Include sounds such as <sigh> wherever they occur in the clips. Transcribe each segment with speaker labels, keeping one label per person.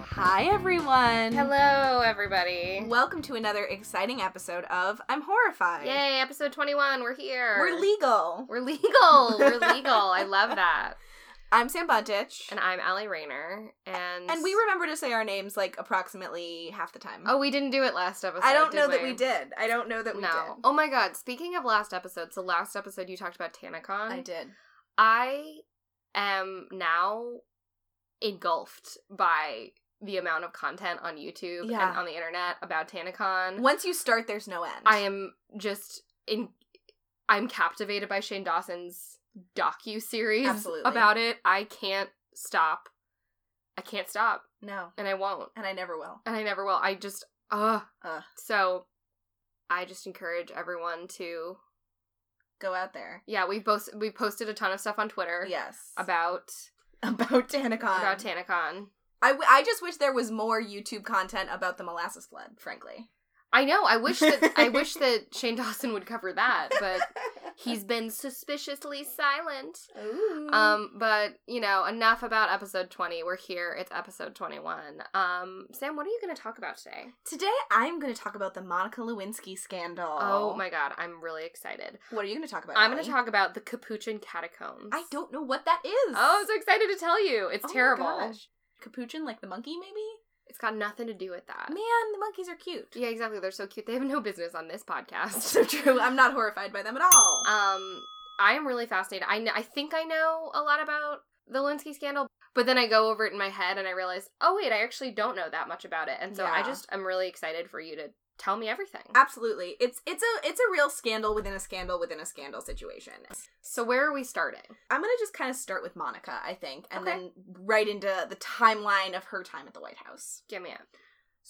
Speaker 1: Hi, everyone.
Speaker 2: Hello, everybody.
Speaker 1: Welcome to another exciting episode of I'm Horrified.
Speaker 2: Yay, episode 21. We're here.
Speaker 1: We're legal.
Speaker 2: We're legal. We're
Speaker 1: <laughs>
Speaker 2: legal. I love that.
Speaker 1: I'm Sam Buntich.
Speaker 2: And I'm Allie Rayner. And
Speaker 1: and we remember to say our names like approximately half the time.
Speaker 2: Oh, we didn't do it last episode.
Speaker 1: I don't
Speaker 2: did
Speaker 1: know that we did. I don't know that we
Speaker 2: no.
Speaker 1: did.
Speaker 2: Oh my god. Speaking of last episode, so last episode you talked about TanaCon.
Speaker 1: I did.
Speaker 2: I am now engulfed by the amount of content on YouTube
Speaker 1: Yeah.
Speaker 2: and on the internet about TanaCon.
Speaker 1: Once you start, there's no end.
Speaker 2: I am just in. I'm captivated by Shane Dawson's docu series
Speaker 1: Absolutely.
Speaker 2: about it. I can't stop. I can't stop,
Speaker 1: No.
Speaker 2: and I won't,
Speaker 1: And I never will.
Speaker 2: and I never will. I just ugh.
Speaker 1: Ugh.
Speaker 2: So, I just encourage everyone to.
Speaker 1: Go out there.
Speaker 2: Yeah, we both we posted a ton of stuff on Twitter
Speaker 1: Yes. Um,
Speaker 2: about
Speaker 1: <laughs> About Danicon.
Speaker 2: about TanaCon.
Speaker 1: I, w- I just wish there was more YouTube content about the molasses flood, frankly.
Speaker 2: I know. I wish that
Speaker 1: <laughs>
Speaker 2: I wish that Shane Dawson would cover that, but he's been suspiciously silent.
Speaker 1: Ooh.
Speaker 2: Um, but you know, enough about episode twenty. We're here. It's episode twenty-one. Um, Sam, what are you going to talk about today?
Speaker 1: Today I'm going to talk about the Monica Lewinsky scandal.
Speaker 2: Oh, my god, I'm really excited.
Speaker 1: What are you going to talk about?
Speaker 2: I'm going to
Speaker 1: Ellie?
Speaker 2: talk about the Capuchin catacombs.
Speaker 1: I don't know what that is.
Speaker 2: Oh, I'm so excited to tell you. It's
Speaker 1: Oh my
Speaker 2: terrible.
Speaker 1: gosh. Capuchin, like the monkey, maybe?
Speaker 2: It's got nothing to do with that.
Speaker 1: Man, the monkeys are cute. <laughs>
Speaker 2: Yeah, exactly. They're so cute. They have no business on this podcast.
Speaker 1: So true. I'm not horrified by them at all.
Speaker 2: Um, I am really fascinated. I kn- I think I know a lot about the Linsky scandal, but then I go over it in my head and I realize, oh wait, I actually don't know that much about it, and so I
Speaker 1: Yeah.
Speaker 2: just am really excited for you to tell me everything.
Speaker 1: Absolutely. It's it's a it's a real scandal within a scandal within a scandal situation.
Speaker 2: So where are we starting?
Speaker 1: I'm gonna just kind of start with Monica, I think, and
Speaker 2: Okay.
Speaker 1: then right into the timeline of her time at the White House.
Speaker 2: Give me it.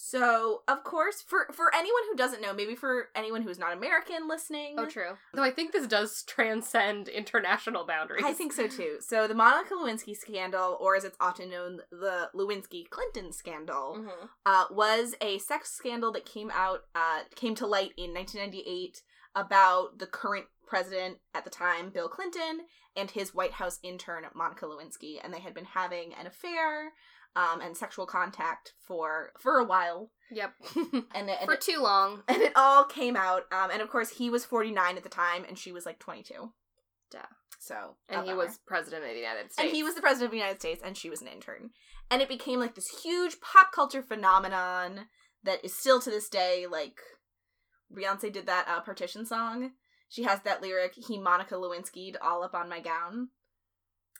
Speaker 1: So, of course, for for anyone who doesn't know, maybe for anyone who's not American listening,
Speaker 2: Oh, true. Though I think this does transcend international boundaries.
Speaker 1: I think so too. So, the Monica Lewinsky scandal, or as it's often known, the Lewinsky Clinton scandal,
Speaker 2: <laughs> Mhm.
Speaker 1: uh, was a sex scandal that came out uh, came to light in 1998 about the current president at the time, Bill Clinton, and his White House intern Monica Lewinsky, and they had been having an affair um, and sexual contact for for a while,
Speaker 2: Yep.
Speaker 1: and it, and,
Speaker 2: <laughs> for
Speaker 1: it,
Speaker 2: too long.
Speaker 1: and it all came out. Um, and of course, he was 49 at the time, and she was like 22.
Speaker 2: Duh.
Speaker 1: So
Speaker 2: And
Speaker 1: a
Speaker 2: he
Speaker 1: bummer.
Speaker 2: was president of the United States.
Speaker 1: And
Speaker 2: <laughs>
Speaker 1: he was the president of the United States, and she was an intern. And it became like this huge pop culture phenomenon that is still to this day. Like Beyonce did that uh, partition song. She has that lyric, "He Monica Lewinsky'd all up on my gown,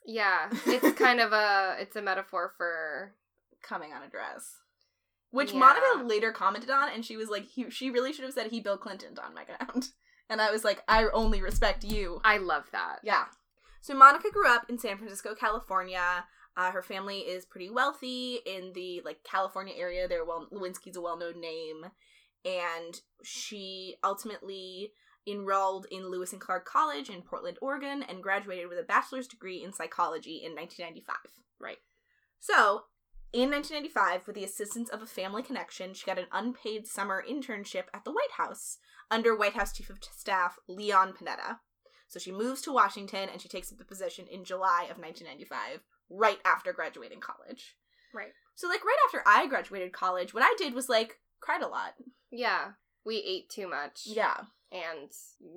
Speaker 2: Yeah. It's kind of a it's a metaphor for
Speaker 1: coming on a dress," which
Speaker 2: Yeah.
Speaker 1: Monica later commented on, and she was like, he, "She really should have said he Bill Clinton on my gown." <laughs> And I was like, "I only respect you."
Speaker 2: I love that.
Speaker 1: Yeah. So Monica grew up in San Francisco, California. Uh, her family is pretty wealthy in the like California area. They're well Lewinsky's a well-known name, and she ultimately enrolled in Lewis and Clark College in Portland, Oregon, and graduated with a bachelor's degree in psychology in 1995.
Speaker 2: Right.
Speaker 1: So. In 1995, with the assistance of a family connection, she got an unpaid summer internship at the White House under White House Chief of Staff Leon Panetta. So she moves to Washington and she takes up the position in July of 1995, right after graduating college.
Speaker 2: Right.
Speaker 1: So, like, right after I graduated college, what I did was like cried a lot.
Speaker 2: Yeah. We ate too much.
Speaker 1: Yeah.
Speaker 2: and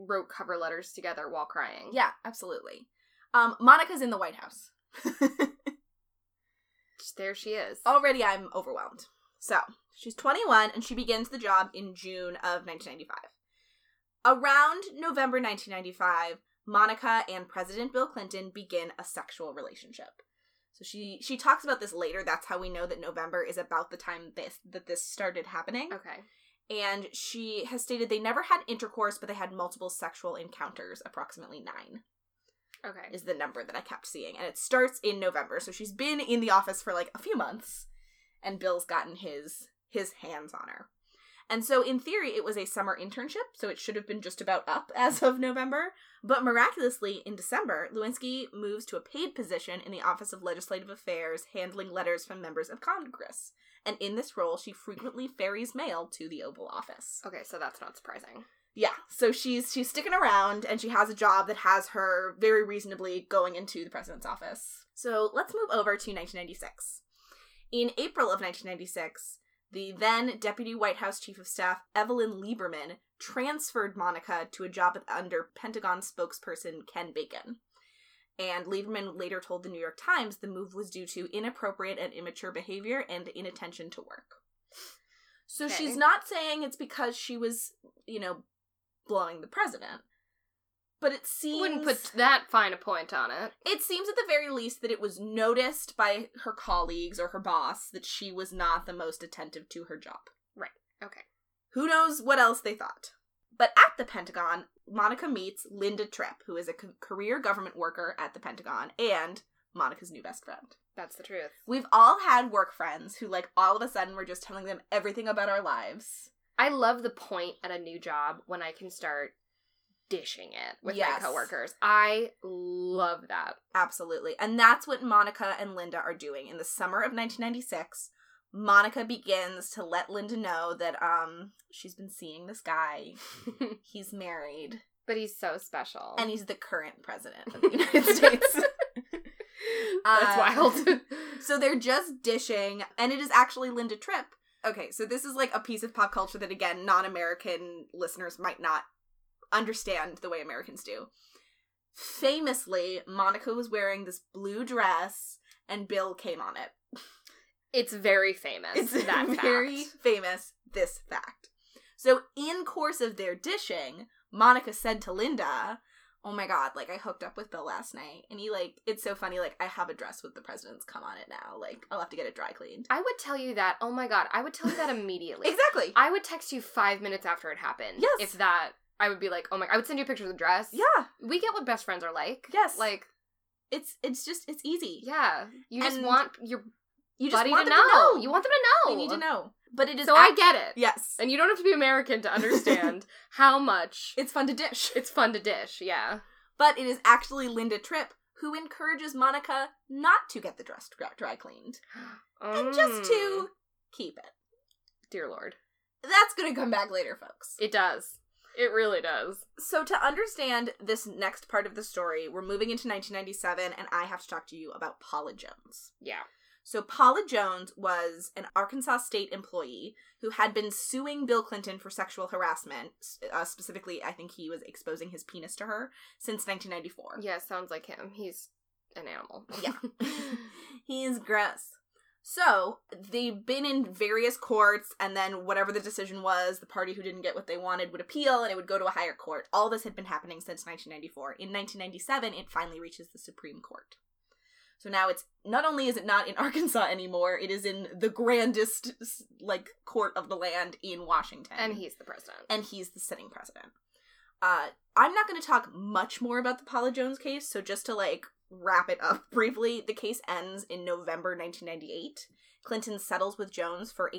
Speaker 2: wrote cover letters together while crying.
Speaker 1: Yeah, absolutely. Um, Monica's in the White House. <laughs>
Speaker 2: There she is.
Speaker 1: Already I'm overwhelmed. So, she's 21 and she begins the job in June of 1995. Around November 1995, Monica and President Bill Clinton begin a sexual relationship. So she she talks about this later. That's how we know that November is about the time this that this started happening.
Speaker 2: Okay.
Speaker 1: And she has stated they never had intercourse, but they had multiple sexual encounters, approximately 9
Speaker 2: Okay.
Speaker 1: is the number that I kept seeing. And it starts in November. So she's been in the office for like a few months and Bill's gotten his his hands on her. And so in theory it was a summer internship, so it should have been just about up <laughs> as of November, but miraculously in December, Lewinsky moves to a paid position in the Office of Legislative Affairs handling letters from members of Congress. And in this role, she frequently ferries mail to the Oval Office.
Speaker 2: Okay, so that's not surprising.
Speaker 1: Yeah, so she's she's sticking around and she has a job that has her very reasonably going into the president's office. So let's move over to 1996. In April of 1996, the then Deputy White House Chief of Staff, Evelyn Lieberman, transferred Monica to a job under Pentagon spokesperson Ken Bacon. And Lieberman later told the New York Times the move was due to inappropriate and immature behavior and inattention to work. So
Speaker 2: Okay.
Speaker 1: she's not saying it's because she was, you know, blowing the president. But it seems
Speaker 2: Wouldn't put that fine a point on it.
Speaker 1: it seems at the very least that it was noticed by her colleagues or her boss that she was not the most attentive to her job.
Speaker 2: Okay.
Speaker 1: Who knows what else they thought? But at the Pentagon, Monica meets Linda Tripp, who is a c- career government worker at the Pentagon and Monica's new best friend.
Speaker 2: That's the truth.
Speaker 1: We've all had work friends who, like, all of a sudden we're just telling them everything about our lives.
Speaker 2: I love the point at a new job when I can start dishing it with
Speaker 1: Yes.
Speaker 2: my coworkers. I love that.
Speaker 1: Absolutely. And that's what Monica and Linda are doing. In the summer of 1996, Monica begins to let Linda know that um she's been seeing this guy. He's married
Speaker 2: but he's so special.
Speaker 1: and he's the current president of
Speaker 2: <laughs>
Speaker 1: the United States.
Speaker 2: That's
Speaker 1: Uh,
Speaker 2: wild.
Speaker 1: So they're just dishing and it is actually Linda Tripp. Okay, so this is like a piece of pop culture that again, non-American listeners might not understand the way Americans do. Famously, Monica was wearing this blue dress and Bill came on it.
Speaker 2: it's very famous.
Speaker 1: It's <laughs>
Speaker 2: that
Speaker 1: very
Speaker 2: fact.
Speaker 1: famous this fact. So in course of their dishing, Monica said to Linda, "Oh my god, like I hooked up with Bill last night, and he like it's so funny. Like I have a dress with the president's come on it now. Like I'll have to get it dry cleaned."
Speaker 2: I would tell you that. Oh my god, I would tell you that <laughs> immediately.
Speaker 1: Exactly.
Speaker 2: I would text you five minutes after it happened.
Speaker 1: Yes.
Speaker 2: If that, I would be like, oh my. I would send you pictures of the dress.
Speaker 1: yeah,
Speaker 2: We get what best friends are like.
Speaker 1: Yes.
Speaker 2: Like,
Speaker 1: it's it's just it's easy.
Speaker 2: yeah. You just
Speaker 1: And
Speaker 2: want your
Speaker 1: You just
Speaker 2: buddy
Speaker 1: want
Speaker 2: to,
Speaker 1: them
Speaker 2: know. You want them to
Speaker 1: They
Speaker 2: know.
Speaker 1: need to know. But it is
Speaker 2: So I
Speaker 1: act-
Speaker 2: get it.
Speaker 1: yes,
Speaker 2: And you don't have to be American to
Speaker 1: <laughs>
Speaker 2: understand how much
Speaker 1: it's fun to dish. <laughs>
Speaker 2: it's fun to dish. Yeah.
Speaker 1: But it is actually Linda Tripp who encourages Monica not to get the dress dry, dry cleaned and just
Speaker 2: Mm.
Speaker 1: to keep it.
Speaker 2: dear lord,
Speaker 1: That's going to come back later, folks.
Speaker 2: it does. It really does.
Speaker 1: So, to understand this next part of the story, we're moving into 1997, and I have to talk to you about Paula Jones.
Speaker 2: Yeah.
Speaker 1: So, Paula Jones was an Arkansas state employee who had been suing Bill Clinton for sexual harassment. s- Uh, specifically, I think he was exposing his penis to her since 1994.
Speaker 2: Yeah. Sounds like him. He's an animal.
Speaker 1: Yeah. <laughs> he is gross. So they've been in various courts, and then whatever the decision was, the party who didn't get what they wanted would appeal and it would go to a higher court. All this had been happening since 1994. In 1997, it finally reaches the Supreme Court. So now it's not only is it not in <laughs> Arkansas anymore, it is in the grandest s- like court of the land in Washington
Speaker 2: and he's the president.
Speaker 1: and he's the sitting president. Uh, I'm not going to talk much more about the Paula Jones case, so just to like wrap it up <laughs> briefly, the case ends in November 1998. Clinton settles with Jones for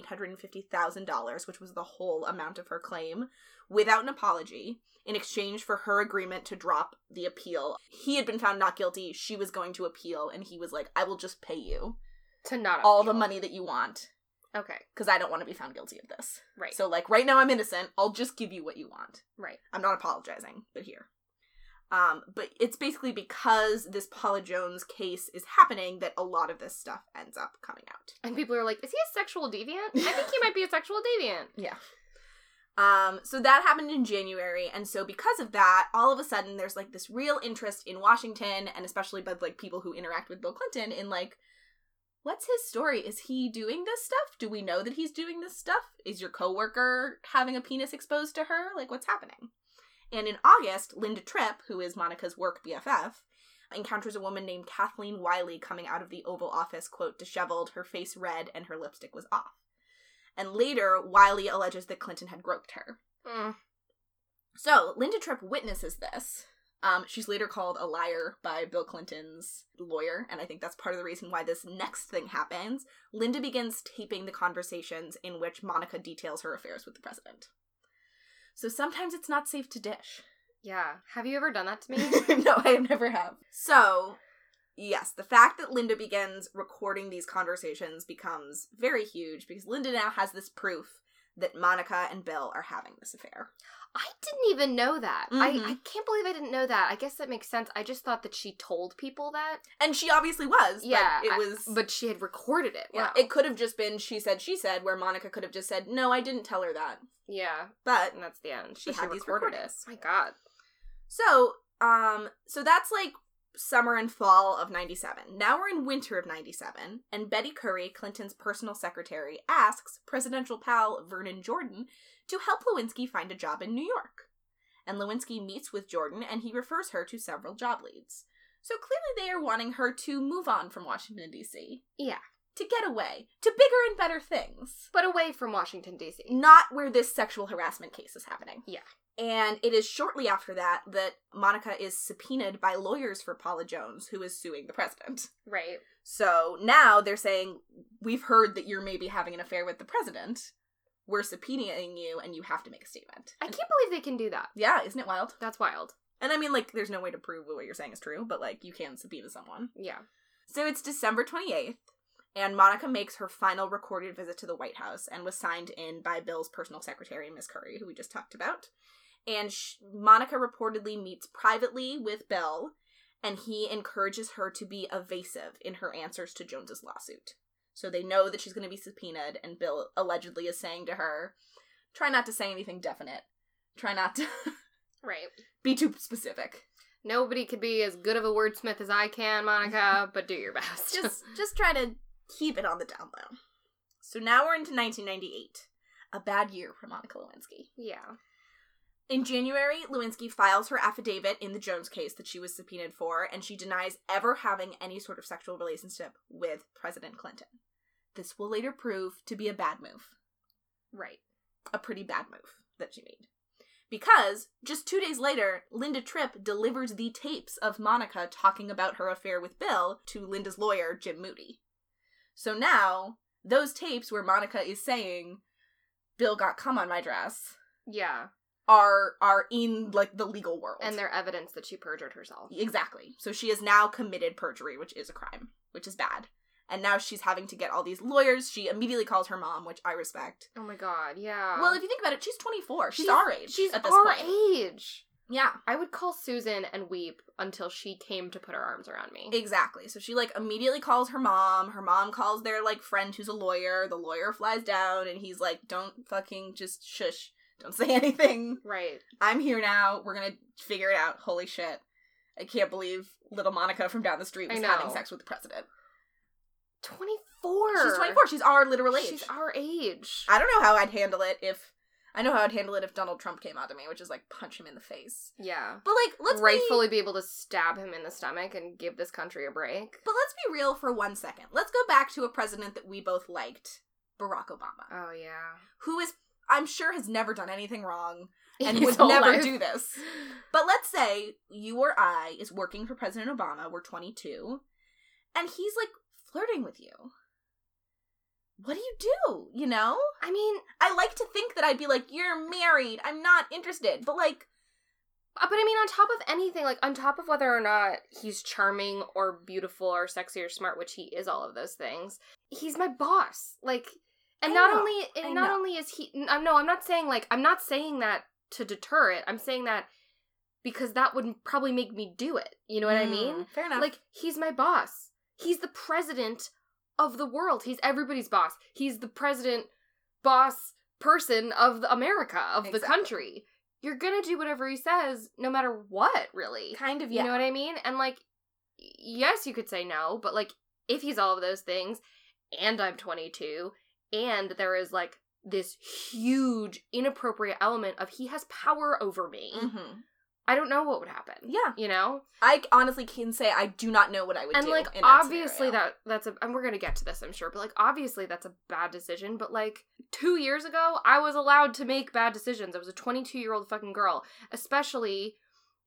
Speaker 1: $850,000, which was the whole amount of her claim, without an apology, in exchange for her agreement to drop the appeal. He had been found not guilty, she was going to appeal, and he was like, I will just pay you
Speaker 2: to not
Speaker 1: all the
Speaker 2: appeal.
Speaker 1: money that you want
Speaker 2: Okay.
Speaker 1: because I don't want to be found guilty of this.
Speaker 2: Right.
Speaker 1: So, like, right now I'm innocent, I'll just give you what you want.
Speaker 2: right.
Speaker 1: I'm not apologizing, but here. Um, but it's basically because this Paula Jones case is happening that a lot of this stuff ends up coming out.
Speaker 2: And people are like, is he a sexual deviant? I think he might be a sexual deviant.
Speaker 1: Yeah. Um, so that happened in January, and so because of that, all of a sudden there's like this real interest in Washington, and especially by like people who interact with Bill Clinton in like, what's his story? Is he doing this stuff? Do we know that he's doing this stuff? Is your coworker having a penis exposed to her? Like, what's happening? And in August, Linda Tripp, who is Monica's work BFF, encounters a woman named Kathleen Wiley coming out of the Oval Office, quote, disheveled, her face red, and her lipstick was off. And later, Wiley alleges that Clinton had groped her.
Speaker 2: Mm.
Speaker 1: So Linda Tripp witnesses this. Um, she's later called a liar by Bill Clinton's lawyer, and I think that's part of the reason why this next thing happens. Linda begins taping the conversations in which Monica details her affairs with the president. So sometimes it's not safe to dish.
Speaker 2: Yeah. Have you ever done that to <laughs> me?
Speaker 1: <laughs> no, I have never have. So, yes, the fact that Linda begins recording these conversations becomes very huge because Linda now has this proof that Monica and Bill are having this affair.
Speaker 2: I didn't even know that. I,
Speaker 1: Mhm.
Speaker 2: I can't believe I didn't know that. I guess that makes sense. I just thought that she told people that,
Speaker 1: And she obviously was.
Speaker 2: Yeah,
Speaker 1: But it
Speaker 2: I-
Speaker 1: was.
Speaker 2: but she had recorded it.
Speaker 1: yeah,
Speaker 2: Wow.
Speaker 1: it could have just been she said, she said, where Monica could have just said, no, I didn't tell her that.
Speaker 2: yeah.
Speaker 1: But
Speaker 2: And that's the end.
Speaker 1: She
Speaker 2: She,
Speaker 1: had
Speaker 2: had
Speaker 1: these
Speaker 2: recorded it.
Speaker 1: recordings.
Speaker 2: My God.
Speaker 1: so, um, so that's like summer and fall of 97. Now we're in winter of 97, and Betty Curry, Clinton's personal secretary, asks presidential pal Vernon Jordan to help Lewinsky find a job in New York. And Lewinsky meets with Jordan and he refers her to several job leads. So clearly they are wanting her to move on from Washington, D.C.
Speaker 2: Yeah.
Speaker 1: To get away, to bigger and better things.
Speaker 2: But away from Washington, D.C.
Speaker 1: not where this sexual harassment case is happening.
Speaker 2: Yeah.
Speaker 1: And it is shortly after that that Monica is subpoenaed by lawyers for Paula Jones, who is suing the president.
Speaker 2: Right.
Speaker 1: So now they're saying, We've heard that you're maybe having an affair with the president. We're subpoenaing you, and you have to make a statement.
Speaker 2: I
Speaker 1: And-
Speaker 2: can't believe they can do that.
Speaker 1: yeah, isn't it wild?
Speaker 2: That's wild.
Speaker 1: And I mean, like, there's no way to prove what you're saying is true, but like, you can subpoena someone.
Speaker 2: Yeah.
Speaker 1: So it's December 28th, and Monica makes her final recorded visit to the White House and was signed in by Bill's personal secretary, Miss Curry, who we just talked about. And sh- Monica reportedly meets privately with Bill, and he encourages her to be evasive in her answers to Jones's lawsuit. So they know that she's going to be subpoenaed, and Bill allegedly is saying to her, "Try not to say anything definite. Try not to <laughs>
Speaker 2: Right.
Speaker 1: be too specific.
Speaker 2: Nobody could be as good of a wordsmith as I can, <laughs> Monica, but do your best.
Speaker 1: just just try to keep it on the down low. So now we're into 1998, a bad year for Monica Lewinsky.
Speaker 2: <laughs> yeah.
Speaker 1: In January, Lewinsky files her affidavit in the Jones case that she was subpoenaed for, and she denies ever having any sort of sexual relationship with President Clinton. This will later prove to be a bad move,
Speaker 2: Right.
Speaker 1: a pretty bad move that she made. Because just two days later, Linda Tripp delivers the tapes of Monica talking about her affair with Bill to Linda's lawyer, Jim Moody. So now, those tapes where Monica is saying, Bill got cum on my dress,
Speaker 2: Yeah.
Speaker 1: are are in like the legal world.
Speaker 2: And they're evidence that she perjured herself.
Speaker 1: Exactly. So she has now committed perjury, which is a crime, which is bad. And now she's having to get all these lawyers. She immediately calls her mom, which I respect.
Speaker 2: Oh my God. Yeah.
Speaker 1: Well, if you think about it, she's 24. She's,
Speaker 2: She's-
Speaker 1: our age.
Speaker 2: she's
Speaker 1: at this
Speaker 2: our
Speaker 1: point.
Speaker 2: age.
Speaker 1: Yeah.
Speaker 2: I would call Susan and weep until she came to put her arms around me.
Speaker 1: Exactly. So she like immediately calls her mom. Her mom calls their like friend who's a lawyer. The lawyer flies down and he's like, "Don't fucking just shush. Don't <laughs> say anything.
Speaker 2: right.
Speaker 1: I'm here now. We're going to figure it out. Holy shit. I can't believe little Monica from down the street
Speaker 2: I
Speaker 1: was
Speaker 2: know.
Speaker 1: having sex with the president.
Speaker 2: 24.
Speaker 1: She's 24. She's our literal age.
Speaker 2: She's our age.
Speaker 1: I don't know how I'd handle it if I know how I'd handle it if Donald Trump came out to me, which is like punch him in the face.
Speaker 2: yeah.
Speaker 1: But like, let's be-
Speaker 2: Rightfully be able to stab him in the stomach and give this country a break.
Speaker 1: but let's be real for one second. Let's go back to a president that we both liked, Barack Obama.
Speaker 2: Oh, yeah.
Speaker 1: who is I'm sure has never done anything wrong and
Speaker 2: His
Speaker 1: would
Speaker 2: whole
Speaker 1: never
Speaker 2: life.
Speaker 1: do this. But let's say you or I is working for President Obama, we're 22, and he's like flirting with you. What do you do, you know?
Speaker 2: I mean,
Speaker 1: I like to think that I'd be like, "You're married. I'm not interested." But like,
Speaker 2: Uh, But I mean, on top of anything, like on top of whether or not he's charming or beautiful or sexy or smart, which he is all of those things, he's my boss. Like, and
Speaker 1: I
Speaker 2: not
Speaker 1: know,
Speaker 2: only and
Speaker 1: I
Speaker 2: not
Speaker 1: know.
Speaker 2: only is he n- uh, no, I'm not saying like I'm not saying that to deter it. I'm saying that because that would probably make me do it. You know what I mean?
Speaker 1: hmm, Fair enough.
Speaker 2: Like he's my boss. He's the president of the world. He's everybody's boss. He's the president boss person of the America of the
Speaker 1: Exactly.
Speaker 2: country. You're going to do whatever he says no matter what, really.
Speaker 1: kind of,
Speaker 2: You know what I mean? And like y- yes, you could say no, but like if he's all of those things and I'm 22 and there is like this huge inappropriate element of he has power over me.
Speaker 1: hmm
Speaker 2: I don't know what would happen.
Speaker 1: Yeah.
Speaker 2: You know?
Speaker 1: I honestly can say I do not know what I would
Speaker 2: and
Speaker 1: do.
Speaker 2: like
Speaker 1: in that
Speaker 2: obviously
Speaker 1: scenario.
Speaker 2: that that's a and we're gonna get to this i'm sure but like obviously that's a bad decision but like two years ago i was allowed to make bad decisions i was a 22 year old fucking girl especially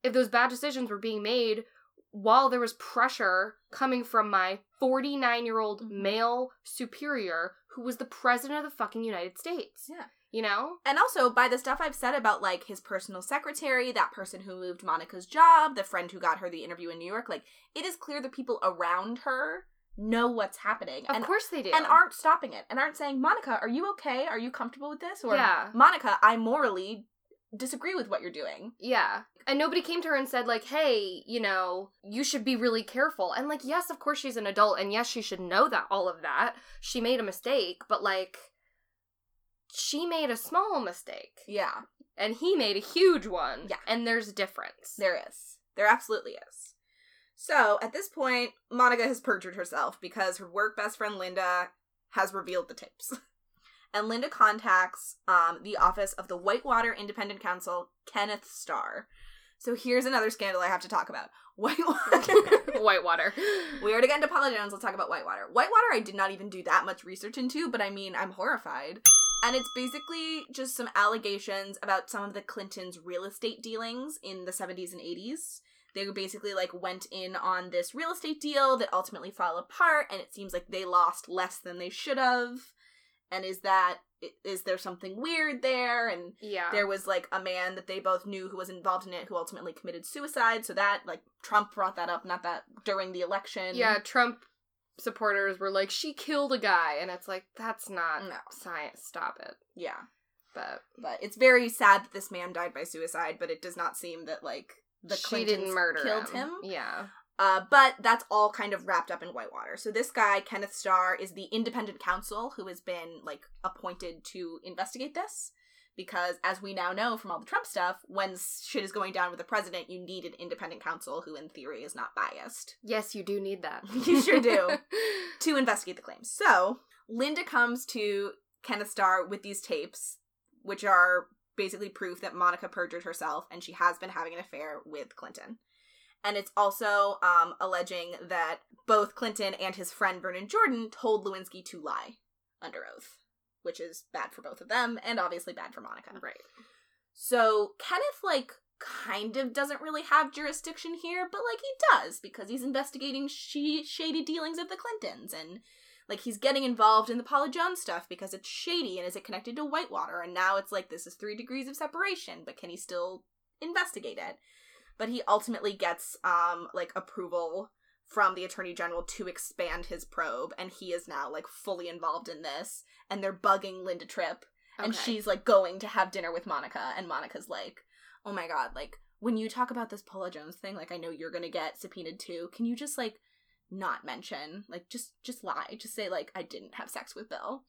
Speaker 2: if those bad decisions were being made while there was pressure coming from my 49 year old
Speaker 1: Mhm.
Speaker 2: male superior who was the president of the fucking united states
Speaker 1: Yeah.
Speaker 2: you know
Speaker 1: And also by the stuff I've said about like his personal secretary, that person who moved Monica's job, the friend who got her the interview in New York, like it is clear the people around her know what's happening
Speaker 2: Of
Speaker 1: and
Speaker 2: course they do.
Speaker 1: and aren't stopping it and aren't saying, Monica, are you okay? Are you comfortable with this? Or
Speaker 2: yeah,
Speaker 1: Monica, I morally disagree with what you're doing.
Speaker 2: yeah. And nobody came to her and said like, "Hey, you know, you should be really careful." And like, yes, of course she's an adult, and yes, she should know that all of that. She made a mistake, but like, she made a small mistake,
Speaker 1: Yeah,
Speaker 2: and he made a huge one.
Speaker 1: Yeah.
Speaker 2: and there's a difference.
Speaker 1: there is. There absolutely is. So at this point, Monica has perjured herself because her work best friend Linda has revealed the tapes. <laughs> And Linda contacts um, the office of the Whitewater Independent Counsel, Kenneth Starr. So here's another scandal I have to talk about <laughs>
Speaker 2: <laughs>
Speaker 1: Whitewater.
Speaker 2: <laughs>
Speaker 1: <laughs>
Speaker 2: Whitewater.
Speaker 1: We already got into Paula Jones. Let's talk about Whitewater. Whitewater, I did not even do that much research into, but I mean, I'm horrified. And it's basically just some allegations about some of the Clintons' real estate dealings in the 70s and 80s. They basically like went in on this real estate deal that ultimately fell apart, and it seems like they lost less than they should have. And is that is there something weird there? And
Speaker 2: Yeah.
Speaker 1: there was like a man that they both knew who was involved in it who ultimately committed suicide so that like trump brought that up not that during the election
Speaker 2: yeah, Trump supporters were like, she killed a guy. And it's like, that's not
Speaker 1: No.
Speaker 2: science. Stop it.
Speaker 1: yeah
Speaker 2: But
Speaker 1: but it's very sad that this man died by suicide but it does not seem that like the
Speaker 2: she
Speaker 1: Clintons
Speaker 2: didn't murder
Speaker 1: killed
Speaker 2: him.
Speaker 1: him,
Speaker 2: Yeah.
Speaker 1: Uh, but that's all kind of wrapped up in whitewater so this guy kenneth starr is the independent counsel who has been like appointed to investigate this because as we now know from all the trump stuff when shit is going down with the president you need an independent counsel who in theory is not biased
Speaker 2: Yes, you do need <laughs> that.
Speaker 1: You sure do. to investigate the claims. So Linda comes to Kenneth Starr with these tapes, which are basically proof that Monica perjured herself and she has been having an affair with Clinton. And it's also um, alleging that both Clinton and his friend Vernon Jordan told Lewinsky to lie under oath, which is bad for both of them and obviously bad for Monica.
Speaker 2: right.
Speaker 1: So Kenneth, like, kind of doesn't really have jurisdiction here, but like he does because he's investigating she- shady dealings of the Clintons and like he's getting involved in the Paula Jones stuff because it's shady and is it connected to Whitewater and now it's like this is three degrees of separation, but can he still investigate it? But he ultimately gets um like approval from the attorney general to expand his probe and he is now like fully involved in this and they're bugging Linda Tripp and
Speaker 2: Okay.
Speaker 1: she's like going to have dinner with Monica, and Monica's like, "Oh my god, like when you talk about this Paula Jones thing, like I know you're gonna get subpoenaed too. Can you just like not mention, like just just lie, just say like I didn't have sex with Bill."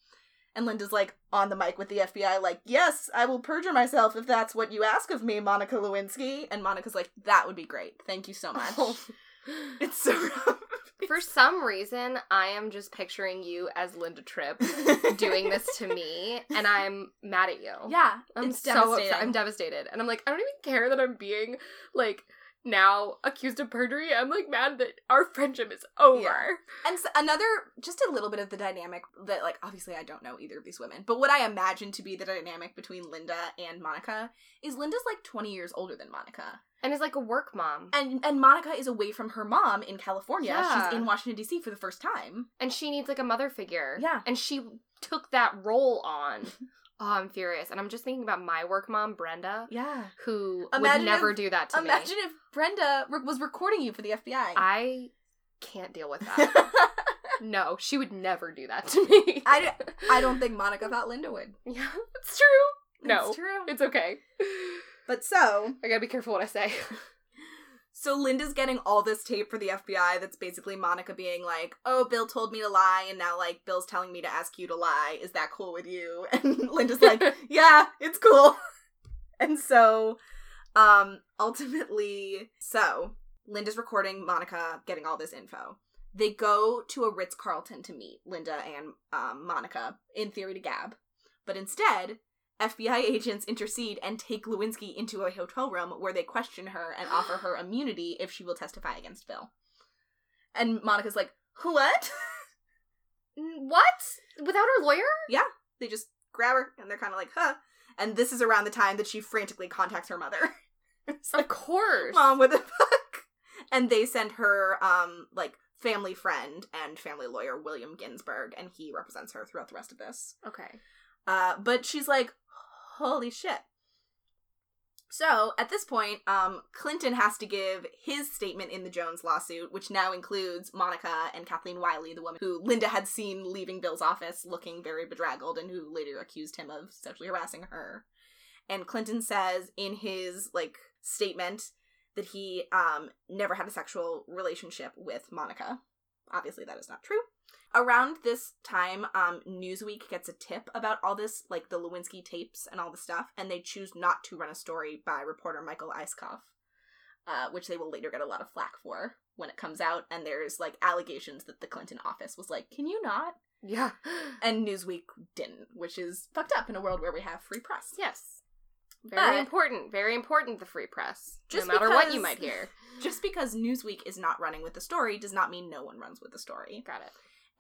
Speaker 1: And Linda's like on the mic with the FBI, like, "Yes, I will perjure myself if that's what you ask of me, Monica Lewinsky." And Monica's like, "That would be great. Thank you so much."
Speaker 2: Oh.
Speaker 1: <laughs> It's so rough.
Speaker 2: <laughs> For
Speaker 1: <laughs>
Speaker 2: some reason, I am just picturing you as Linda
Speaker 1: <laughs>
Speaker 2: Tripp doing this to me, and I'm mad at you.
Speaker 1: Yeah,
Speaker 2: I'm
Speaker 1: it's
Speaker 2: so
Speaker 1: devastating.
Speaker 2: upset. I'm devastated. And I'm like, I don't even care that I'm being like now accused of perjury. I'm like mad that our friendship is over.
Speaker 1: And s another, just a little bit of the dynamic that, like, obviously I don't know either of these women, but what I imagine to be the dynamic between Linda and Monica is Linda's like 20 years older than Monica,
Speaker 2: And it's like a work mom. And,
Speaker 1: and and Monica is away from her mom in California.
Speaker 2: Yeah.
Speaker 1: She's in Washington D.C. for the first time.
Speaker 2: she needs like a mother figure.
Speaker 1: Yeah.
Speaker 2: And she took that role on.
Speaker 1: <laughs>
Speaker 2: oh, I'm furious. And I'm just thinking about my work mom, Brenda,
Speaker 1: Yeah.
Speaker 2: who
Speaker 1: Imagine
Speaker 2: would never
Speaker 1: if-
Speaker 2: do that to
Speaker 1: Imagine
Speaker 2: me.
Speaker 1: if Brenda re- was recording you for the FBI.
Speaker 2: I can't deal with <laughs> that.
Speaker 1: <laughs>
Speaker 2: no, she would never do that to me.
Speaker 1: I d- I don't think Monica thought Linda would.
Speaker 2: <laughs> Yeah, it's true. No.
Speaker 1: it's true.
Speaker 2: It's okay.
Speaker 1: But so
Speaker 2: I gotta be careful what I say. <laughs>
Speaker 1: So Linda's getting all this tape for the FBI that's basically Monica being like, "Oh, Bill told me to lie and now like Bill's telling me to ask you to lie. Is that cool with you?" <laughs> And Linda's like, "Yeah, it's cool." <laughs> And so um ultimately, so Linda's recording Monica getting all this info. They go to a Ritz Carlton to meet Linda and um, Monica in theory to gab. But instead, FBI agents intercede and take Lewinsky into a hotel room where they question her and offer her immunity if she will testify against Bill. And Monica's like, "What?" <laughs>
Speaker 2: N- What? Without her lawyer?
Speaker 1: They just grab her and they're kind of like, "Huh." And this is around the time that she frantically contacts her mother. <laughs> It's like,
Speaker 2: Of course.
Speaker 1: Mom, what the fuck? <laughs> And they send her, um, like family friend and family lawyer William Ginsburg, and he represents her throughout the rest of this.
Speaker 2: Okay.
Speaker 1: Uh, but she's like, holy shit. So at this point, um, Clinton has to give his statement in the Jones lawsuit, which now includes Monica and Kathleen Wiley, the woman who Linda had seen leaving Bill's office looking very bedraggled and who later accused him of sexually harassing her. And Clinton says in his like statement that he um, never had a sexual relationship with Monica. Obviously, that is not true. Around this time, um, Newsweek gets a tip about all this, like the Lewinsky tapes and all the stuff, and they choose not to run a story by reporter Michael Iskoff, uh, which they will later get a lot of flack for when it comes out. And there's like allegations that the Clinton office was like, "Can you not?"
Speaker 2: Yeah.
Speaker 1: And Newsweek didn't, which is fucked up in a world where we have free press.
Speaker 2: Yes. Very
Speaker 1: But-
Speaker 2: important. Very important. The free press.
Speaker 1: Just
Speaker 2: no matter what you
Speaker 1: because-
Speaker 2: might hear.
Speaker 1: Just because Newsweek is not running with the story does not mean no one runs with the story.
Speaker 2: <laughs> Got it.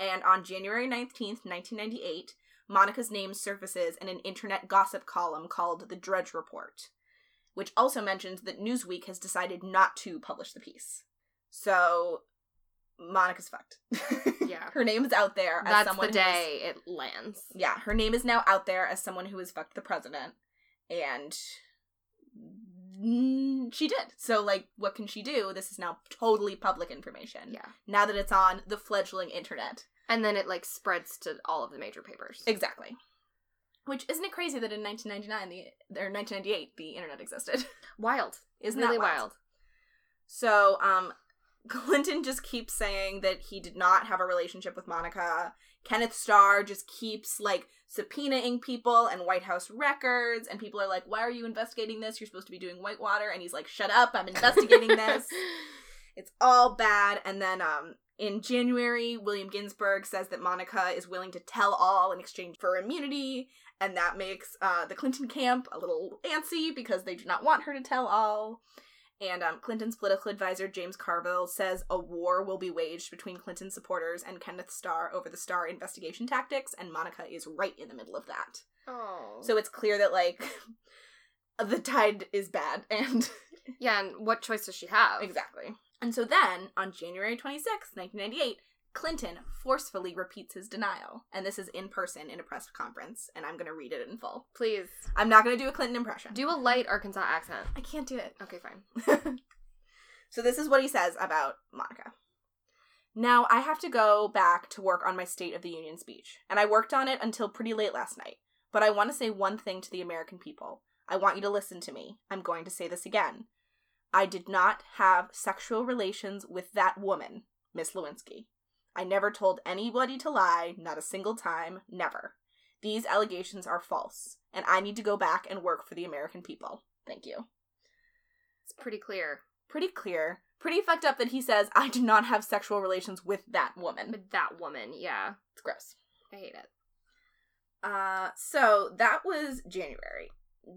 Speaker 1: and on January 19th, 1998, Monica's name surfaces in an internet gossip column called The Drudge Report, which also mentions that Newsweek has decided not to publish the piece. So, Monica's fucked. <laughs>
Speaker 2: Yeah.
Speaker 1: her name is out there as
Speaker 2: That's
Speaker 1: someone
Speaker 2: the
Speaker 1: who is-
Speaker 2: day it lands.
Speaker 1: yeah, her name is now out there as someone who has fucked the president, and mm, she did. So, like, what can she do? This is now totally public information.
Speaker 2: Yeah.
Speaker 1: Now that it's on the fledgling internet.
Speaker 2: And then it like spreads to all of the major papers.
Speaker 1: Exactly. Which isn't it crazy that in 1999 the or 1998 the internet existed? <laughs>
Speaker 2: wild.
Speaker 1: Isn't
Speaker 2: really
Speaker 1: that wild? So, um, <laughs> Clinton just keeps saying that he did not have a relationship with Monica. Kenneth Starr just keeps like subpoenaing people and White House records, and people are like, "Why are you investigating this? You're supposed to be doing Whitewater." And he's like, "Shut up! <laughs> I'm
Speaker 2: <laughs>
Speaker 1: investigating this." It's all bad. And then um, in January, William Ginsburg says that Monica is willing to tell all in exchange for immunity, and that makes uh, the Clinton camp a little antsy because they do not want her to tell all. And um, Clinton's political advisor, James Carville, says a war will be waged between Clinton supporters and Kenneth Starr over the Starr investigation tactics, and Monica is right in the middle of that.
Speaker 2: Oh.
Speaker 1: So it's clear that, like, <laughs> the tide is bad, and
Speaker 2: yeah, and what choice does she have?
Speaker 1: Exactly. And so then, on January 26, 1998, Clinton forcefully repeats his denial. And this is in person in a press conference, and I'm going to read it in full.
Speaker 2: Please
Speaker 1: I'm not going to do a Clinton impression.
Speaker 2: do a light Arkansas accent.
Speaker 1: I can't do it.
Speaker 2: Okay, fine.
Speaker 1: So this is what he says about Monica. Now I have to go back to work on my State of the Union speech, and I worked on it until pretty late last night. But I want to say one thing to the American people. I want you to listen to me. I'm going to say this again. I did not have sexual relations with that woman, Miss Lewinsky. I never told anybody to lie, not a single time, never. These allegations are false, and I need to go back and work for the American people. Thank you
Speaker 2: It's pretty clear.
Speaker 1: pretty clear, pretty fucked up that he says, I do not have sexual relations with that woman.
Speaker 2: But that woman, yeah.
Speaker 1: It's gross.
Speaker 2: I hate it.
Speaker 1: Uh, so that was January.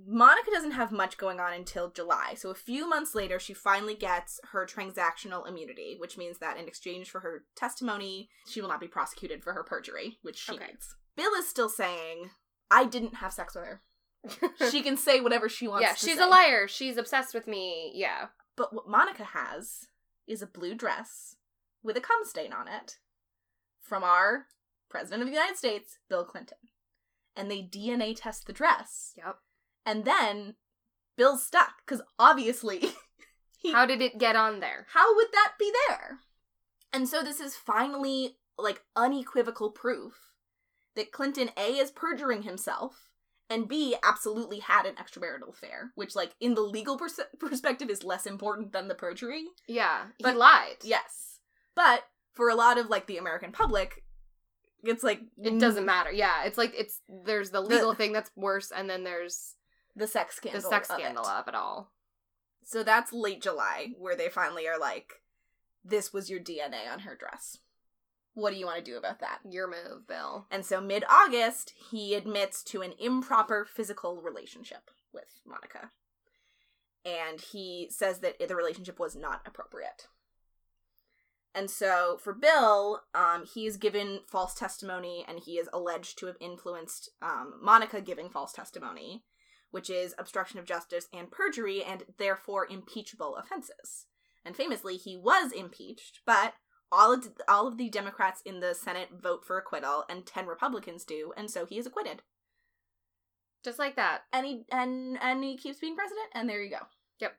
Speaker 1: Monica doesn't have much going on until July. So a few months later, she finally gets her transactional immunity, which means that in exchange for her testimony, she will not be prosecuted for her perjury, which she
Speaker 2: Okay.
Speaker 1: needs. Bill is still saying, I didn't have sex
Speaker 2: <laughs>
Speaker 1: with her. <laughs> she can say whatever she wants.
Speaker 2: yeah,
Speaker 1: to
Speaker 2: she's
Speaker 1: say.
Speaker 2: a liar. She's obsessed with me. Yeah.
Speaker 1: But what Monica has is a blue dress with a cum stain on it from our President of the United States, Bill Clinton. And they DNA test the dress.
Speaker 2: Yep.
Speaker 1: And then Bill's stuck because obviously <laughs> he.
Speaker 2: How did it get on there?
Speaker 1: how would that be there? And so this is finally like unequivocal proof that Clinton A is perjuring himself and B absolutely had an extramarital affair, which like in the legal pers- <laughs> perspective is less important than the perjury.
Speaker 2: Yeah.
Speaker 1: But-
Speaker 2: he lied.
Speaker 1: Yes. But for a lot of like the American public, it's like
Speaker 2: It
Speaker 1: mm.
Speaker 2: doesn't matter. Yeah. It's like it's there's the legal thing that's worse and then there's
Speaker 1: the sex scandal.
Speaker 2: the sex
Speaker 1: of it.
Speaker 2: scandal of it all.
Speaker 1: So that's late July where they finally are like this was your DNA on her dress. What do you want to do about that?
Speaker 2: Your move, Bill.
Speaker 1: And so mid August, he admits to an improper physical relationship with Monica. And he says that the relationship was not appropriate. And so for Bill, um, he is given false testimony and he is alleged to have influenced um, Monica giving false testimony, which is obstruction of justice and perjury and therefore impeachable offenses. And famously, he was impeached, but all of, all of the Democrats in the Senate vote for acquittal, and 10 Republicans do, and so he is acquitted.
Speaker 2: Just like that.
Speaker 1: and he and and he keeps being president and there you go
Speaker 2: Yep.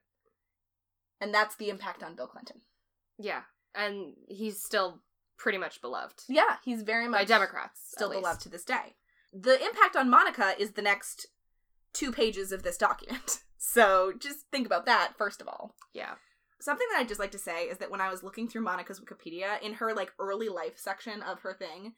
Speaker 1: and that's the impact on bill clinton
Speaker 2: Yeah. And he's still pretty much beloved
Speaker 1: yeah he's very much
Speaker 2: by Democrats. at
Speaker 1: still
Speaker 2: least.
Speaker 1: beloved to this day the impact on monica is the next two pages of this document <laughs> so just think about that first of all
Speaker 2: Yeah.
Speaker 1: something that i'd just like to say is that when i was looking through monica's wikipedia in her like early life section of her thing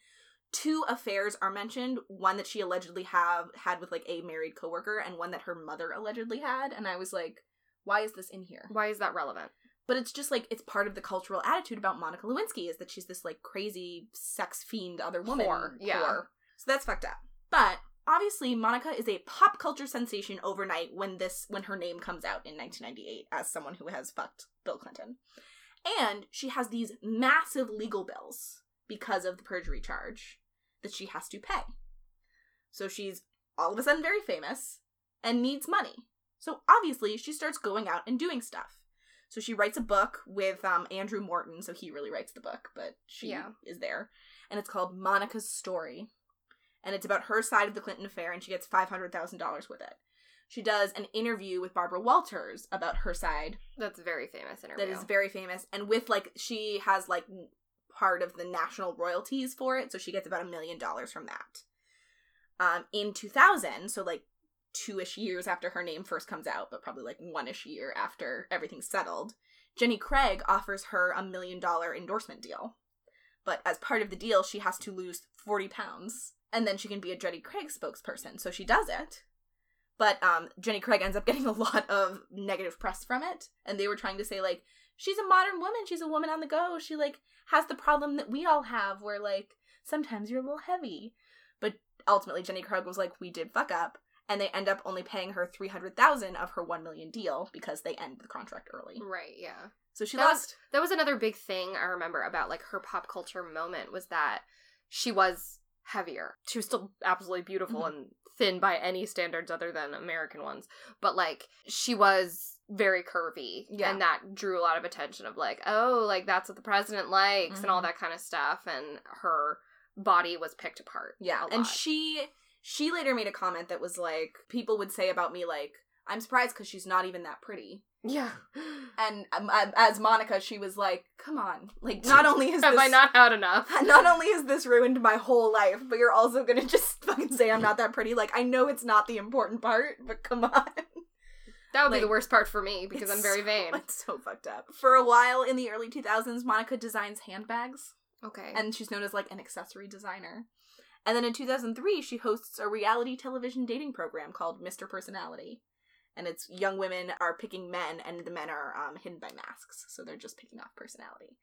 Speaker 1: two affairs are mentioned one that she allegedly have had with like a married coworker and one that her mother allegedly had and i was like why is this in here
Speaker 2: Why is that relevant?
Speaker 1: but it's just like it's part of the cultural attitude about Monica Lewinsky is that she's this like crazy sex fiend other woman.
Speaker 2: Whore, yeah.
Speaker 1: Whore. So that's fucked up. But obviously Monica is a pop culture sensation overnight when this when her name comes out in 1998 as someone who has fucked Bill Clinton. And she has these massive legal bills because of the perjury charge that she has to pay. So she's all of a sudden very famous and needs money. So obviously she starts going out and doing stuff. So she writes a book with um, Andrew Morton. So he really writes the book, but she
Speaker 2: Yeah.
Speaker 1: is there. And it's called Monica's Story. And it's about her side of the Clinton affair, and she gets $500,000 with it. She does an interview with Barbara Walters about her side
Speaker 2: That's a very famous interview.
Speaker 1: that is very famous and with like she has like n- part of the national royalties for it so she gets about a million dollars from that um in 2000 so like two-ish years after her name first comes out but probably like one-ish year after everything's settled jenny craig offers her a million dollar endorsement deal but as part of the deal she has to lose 40 pounds and then she can be a jenny craig spokesperson so she does it but um, Jenny Craig ends up <laughs> getting a lot of negative press from it, and they were trying to say like she's a modern woman, she's a woman on the go, she like has the problem that we all have, where like sometimes you're a little heavy. But ultimately, Jenny Craig was like, we did fuck up, and they end up only paying her three hundred thousand of her one million deal because they end the contract early.
Speaker 2: Right, yeah.
Speaker 1: So she
Speaker 2: That was-
Speaker 1: lost.
Speaker 2: That was another big thing I remember about like her pop culture moment was that she was heavier. She was still absolutely beautiful
Speaker 1: Mhm.
Speaker 2: and thin by any standards other than American ones, but like she was very curvy
Speaker 1: Yeah.
Speaker 2: and that drew a lot of attention of like, oh, like that's what the president likes and all
Speaker 1: Mm-hmm.
Speaker 2: that kind of stuff and her body was picked apart.
Speaker 1: Yeah,
Speaker 2: a
Speaker 1: and
Speaker 2: lot.
Speaker 1: she she later made a comment that was like people would say about me like I'm surprised because she's not even that pretty.
Speaker 2: Yeah.
Speaker 1: and um, um, as Monica, she was like, "Come on!
Speaker 2: <laughs>
Speaker 1: Like, not only is
Speaker 2: <laughs> Have
Speaker 1: this
Speaker 2: I not had enough?
Speaker 1: <laughs> not only has this ruined my whole life, but you're also gonna just <laughs> fucking say I'm not that pretty. Like, I know it's not the important part, but come on."
Speaker 2: That would be the
Speaker 1: like,
Speaker 2: worst part for me because
Speaker 1: It's
Speaker 2: I'm very
Speaker 1: so-
Speaker 2: vain.
Speaker 1: <laughs> It's so fucked up. For a while in the early 2000s, Monica designs handbags,
Speaker 2: Okay.
Speaker 1: and she's known as like an accessory designer. And then in 2003, she hosts a reality television dating program called Mr. Personality. And it's young women are picking men, and the men are um, hidden by masks. So they're just picking off personality.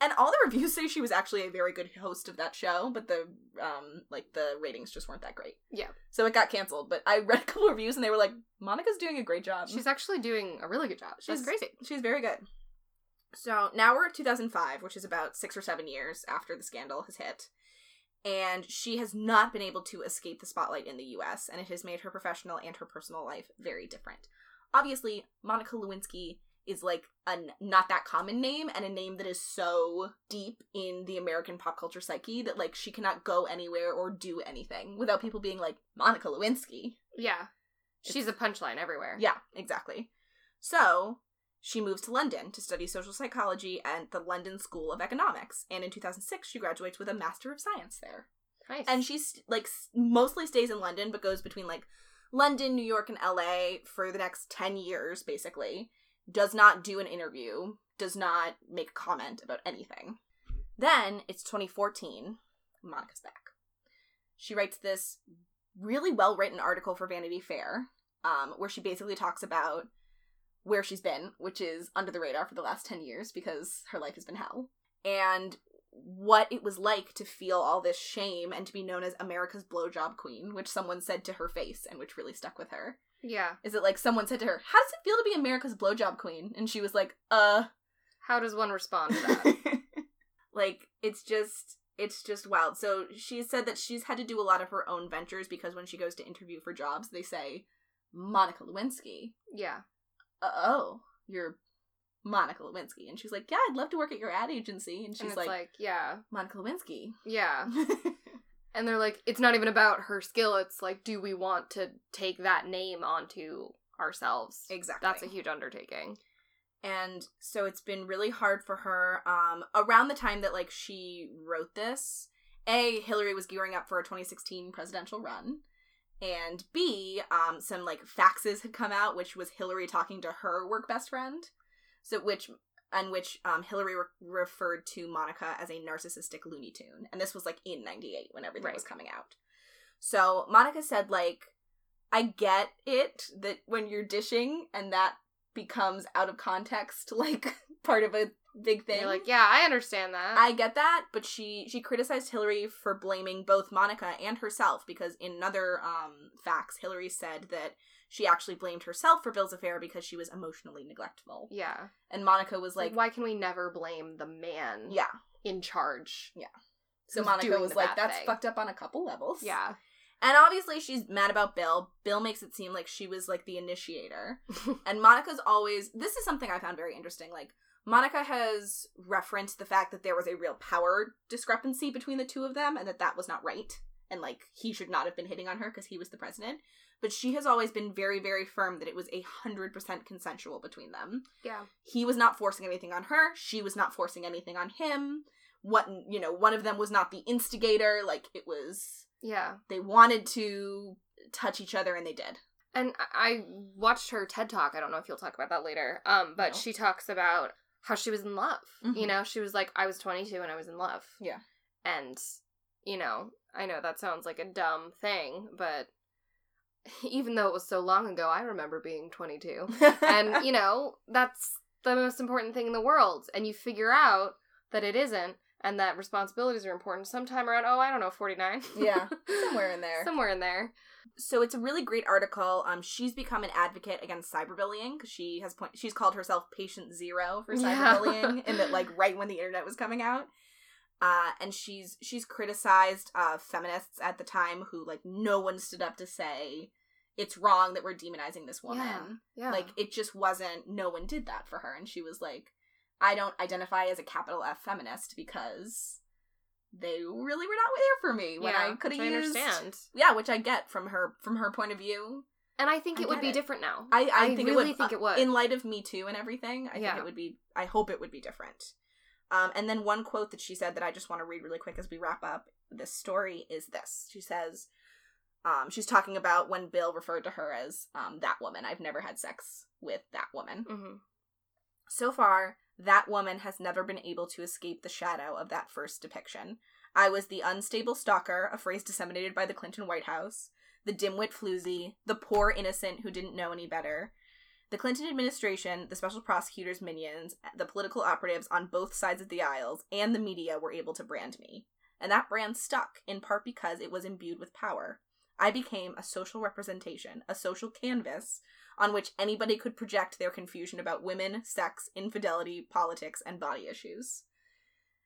Speaker 1: And all the <laughs> reviews say she was actually a very good host of that show, but the um like the ratings just weren't that great.
Speaker 2: Yeah.
Speaker 1: So it got canceled. But I read a couple of reviews and they were like, Monica's doing a great job.
Speaker 2: She's actually doing a really good job. She's
Speaker 1: um, She's-
Speaker 2: crazy.
Speaker 1: She's very good. So now we're at 2005, which is about six or seven years after the scandal has hit. And she has not been able to escape the spotlight in the US, and it has made her professional and her personal life very different. Obviously, Monica Lewinsky is like a n- not that common name and a name that is so deep in the American pop culture psyche that like she cannot go anywhere or do anything without people being like Monica Lewinsky.
Speaker 2: Yeah. She's a punchline everywhere.
Speaker 1: Yeah, exactly. So she moves to London to study social psychology at the London School of Economics, and in 2006 she graduates with a Master of Science there.
Speaker 2: Nice.
Speaker 1: And she's like s- mostly stays in London, but goes between like London, New York, and LA for the next 10 years, basically. Does not do an interview, does not make a comment about anything. Then it's 2014. Monica's back. She writes this really well written article for Vanity Fair um, where she basically talks about where she's been, which is under the radar for the last 10 years because her life has been hell, and what it was like to feel all this shame and to be known as America's blowjob queen, which someone said to her face and which really stuck with her.
Speaker 2: yeah.
Speaker 1: Is it like someone said to her, How does it feel to be America's blowjob queen? And she was like, Uh,
Speaker 2: How does one respond to that?
Speaker 1: <laughs> like it's just it's just wild. So she said that she's had to do a lot of her own ventures because when she goes to interview for jobs, they say Monica Lewinsky.
Speaker 2: yeah.
Speaker 1: Uh oh, you're Monica Lewinsky, and she's like, yeah, I'd love to work at your ad agency, and
Speaker 2: and
Speaker 1: she's
Speaker 2: it's
Speaker 1: like,
Speaker 2: like, yeah.
Speaker 1: Monica Lewinsky.
Speaker 2: Yeah. And they're like, it's not even about her skill. It's like, do we want to take that name onto ourselves?
Speaker 1: Exactly.
Speaker 2: That's a huge undertaking.
Speaker 1: and so it's been really hard for her um around the time that like she wrote this a hillary was gearing up for a 2016 presidential run and b um some like faxes had come out which was hillary talking to her work best friend so which and which um, Hillary re- referred to Monica as a narcissistic Looney Tune, and this was like in '98 when everything
Speaker 2: Right.
Speaker 1: was coming out. So Monica said, like, I get it that when you're dishing and that becomes out of context, <laughs> like part of a big
Speaker 2: And
Speaker 1: thing.
Speaker 2: You're like, yeah, I understand that.
Speaker 1: I get that, but she she criticized Hillary for blaming both Monica and herself because in another um facts, Hillary said that she actually blamed herself for Bill's affair because she was emotionally neglectful.
Speaker 2: yeah.
Speaker 1: And Monica was
Speaker 2: It's Like,
Speaker 1: like,
Speaker 2: why can we never blame the man
Speaker 1: Yeah.
Speaker 2: in charge?
Speaker 1: So
Speaker 2: who's
Speaker 1: Monica
Speaker 2: doing
Speaker 1: was
Speaker 2: the bad
Speaker 1: like, that's
Speaker 2: thing.
Speaker 1: fucked up on a couple levels.
Speaker 2: Yeah.
Speaker 1: And obviously she's mad about Bill. Bill makes it seem like she was like the initiator. and Monica's always this is something I found very interesting. Like Monica has referenced the fact that there was a real power discrepancy between the two of them and that that was not right. And like he should not have been hitting on her because he was the president. But she has always been very, very firm that it was a hundred percent consensual between them.
Speaker 2: yeah.
Speaker 1: He was not forcing anything on her. She was not forcing anything on him. What you know, one of them was not the instigator. Like it was,
Speaker 2: Yeah.
Speaker 1: they wanted to touch each other and they did. <laughs>
Speaker 2: And I- I watched her TED talk. I don't know if you'll talk about that later. Um, but
Speaker 1: No.
Speaker 2: she talks about how she was in love. You
Speaker 1: Mhm.
Speaker 2: know, she was like, I was 22 and I was in love.
Speaker 1: Yeah.
Speaker 2: And, you know, I know that sounds like a dumb thing, but <laughs> even though it was so long ago, I remember being 22.
Speaker 1: Um,
Speaker 2: <laughs>
Speaker 1: <laughs> e-,
Speaker 2: and, you know, that's the most important thing in the world. And you figure out that it isn't and that responsibilities are important sometime around, oh, I don't know, 49.
Speaker 1: Yeah, somewhere
Speaker 2: <laughs>
Speaker 1: in there.
Speaker 2: Somewhere in there.
Speaker 1: so it's a really great article. Um, she's become an advocate against cyberbullying because she has point. She's called herself patient zero for
Speaker 2: Yeah.
Speaker 1: cyberbullying,
Speaker 2: <laughs>
Speaker 1: and that like right when the internet was coming out. Uh, and she's she's criticized uh, feminists at the time who like no one stood up to say it's wrong that we're demonizing this woman.
Speaker 2: Yeah.
Speaker 1: Like it just wasn't no one did that for her and she was like I don't identify as a capital F feminist because they really were not there for me when I
Speaker 2: Yeah,
Speaker 1: could
Speaker 2: which
Speaker 1: have used
Speaker 2: understand.
Speaker 1: Yeah, which I get from her from her point of view.
Speaker 2: And I think
Speaker 1: I
Speaker 2: it would
Speaker 1: get
Speaker 2: be
Speaker 1: it.
Speaker 2: different now.
Speaker 1: I I, think
Speaker 2: really
Speaker 1: it would, uh,
Speaker 2: think it would.
Speaker 1: in light of me too and everything. I
Speaker 2: Yeah.
Speaker 1: think it would be I hope it would be different. Um and then one quote that she said that I just want to read really quick as we wrap up this story is this. She says um, she's talking about when Bill referred to her as um, that woman. I've never had sex with that woman.
Speaker 2: Mhm.
Speaker 1: So far, that woman has never been able to escape the shadow of that first depiction. I was the unstable stalker, a phrase disseminated by the Clinton White House, the dimwit floozy, the poor innocent who didn't know any better. The Clinton administration, the special prosecutor's minions, the political operatives on both sides of the aisles, and the media were able to brand me. And that brand stuck, in part because it was imbued with power. I became a social representation, a social canvas on which anybody could project their confusion about women, sex, infidelity, politics, and body issues.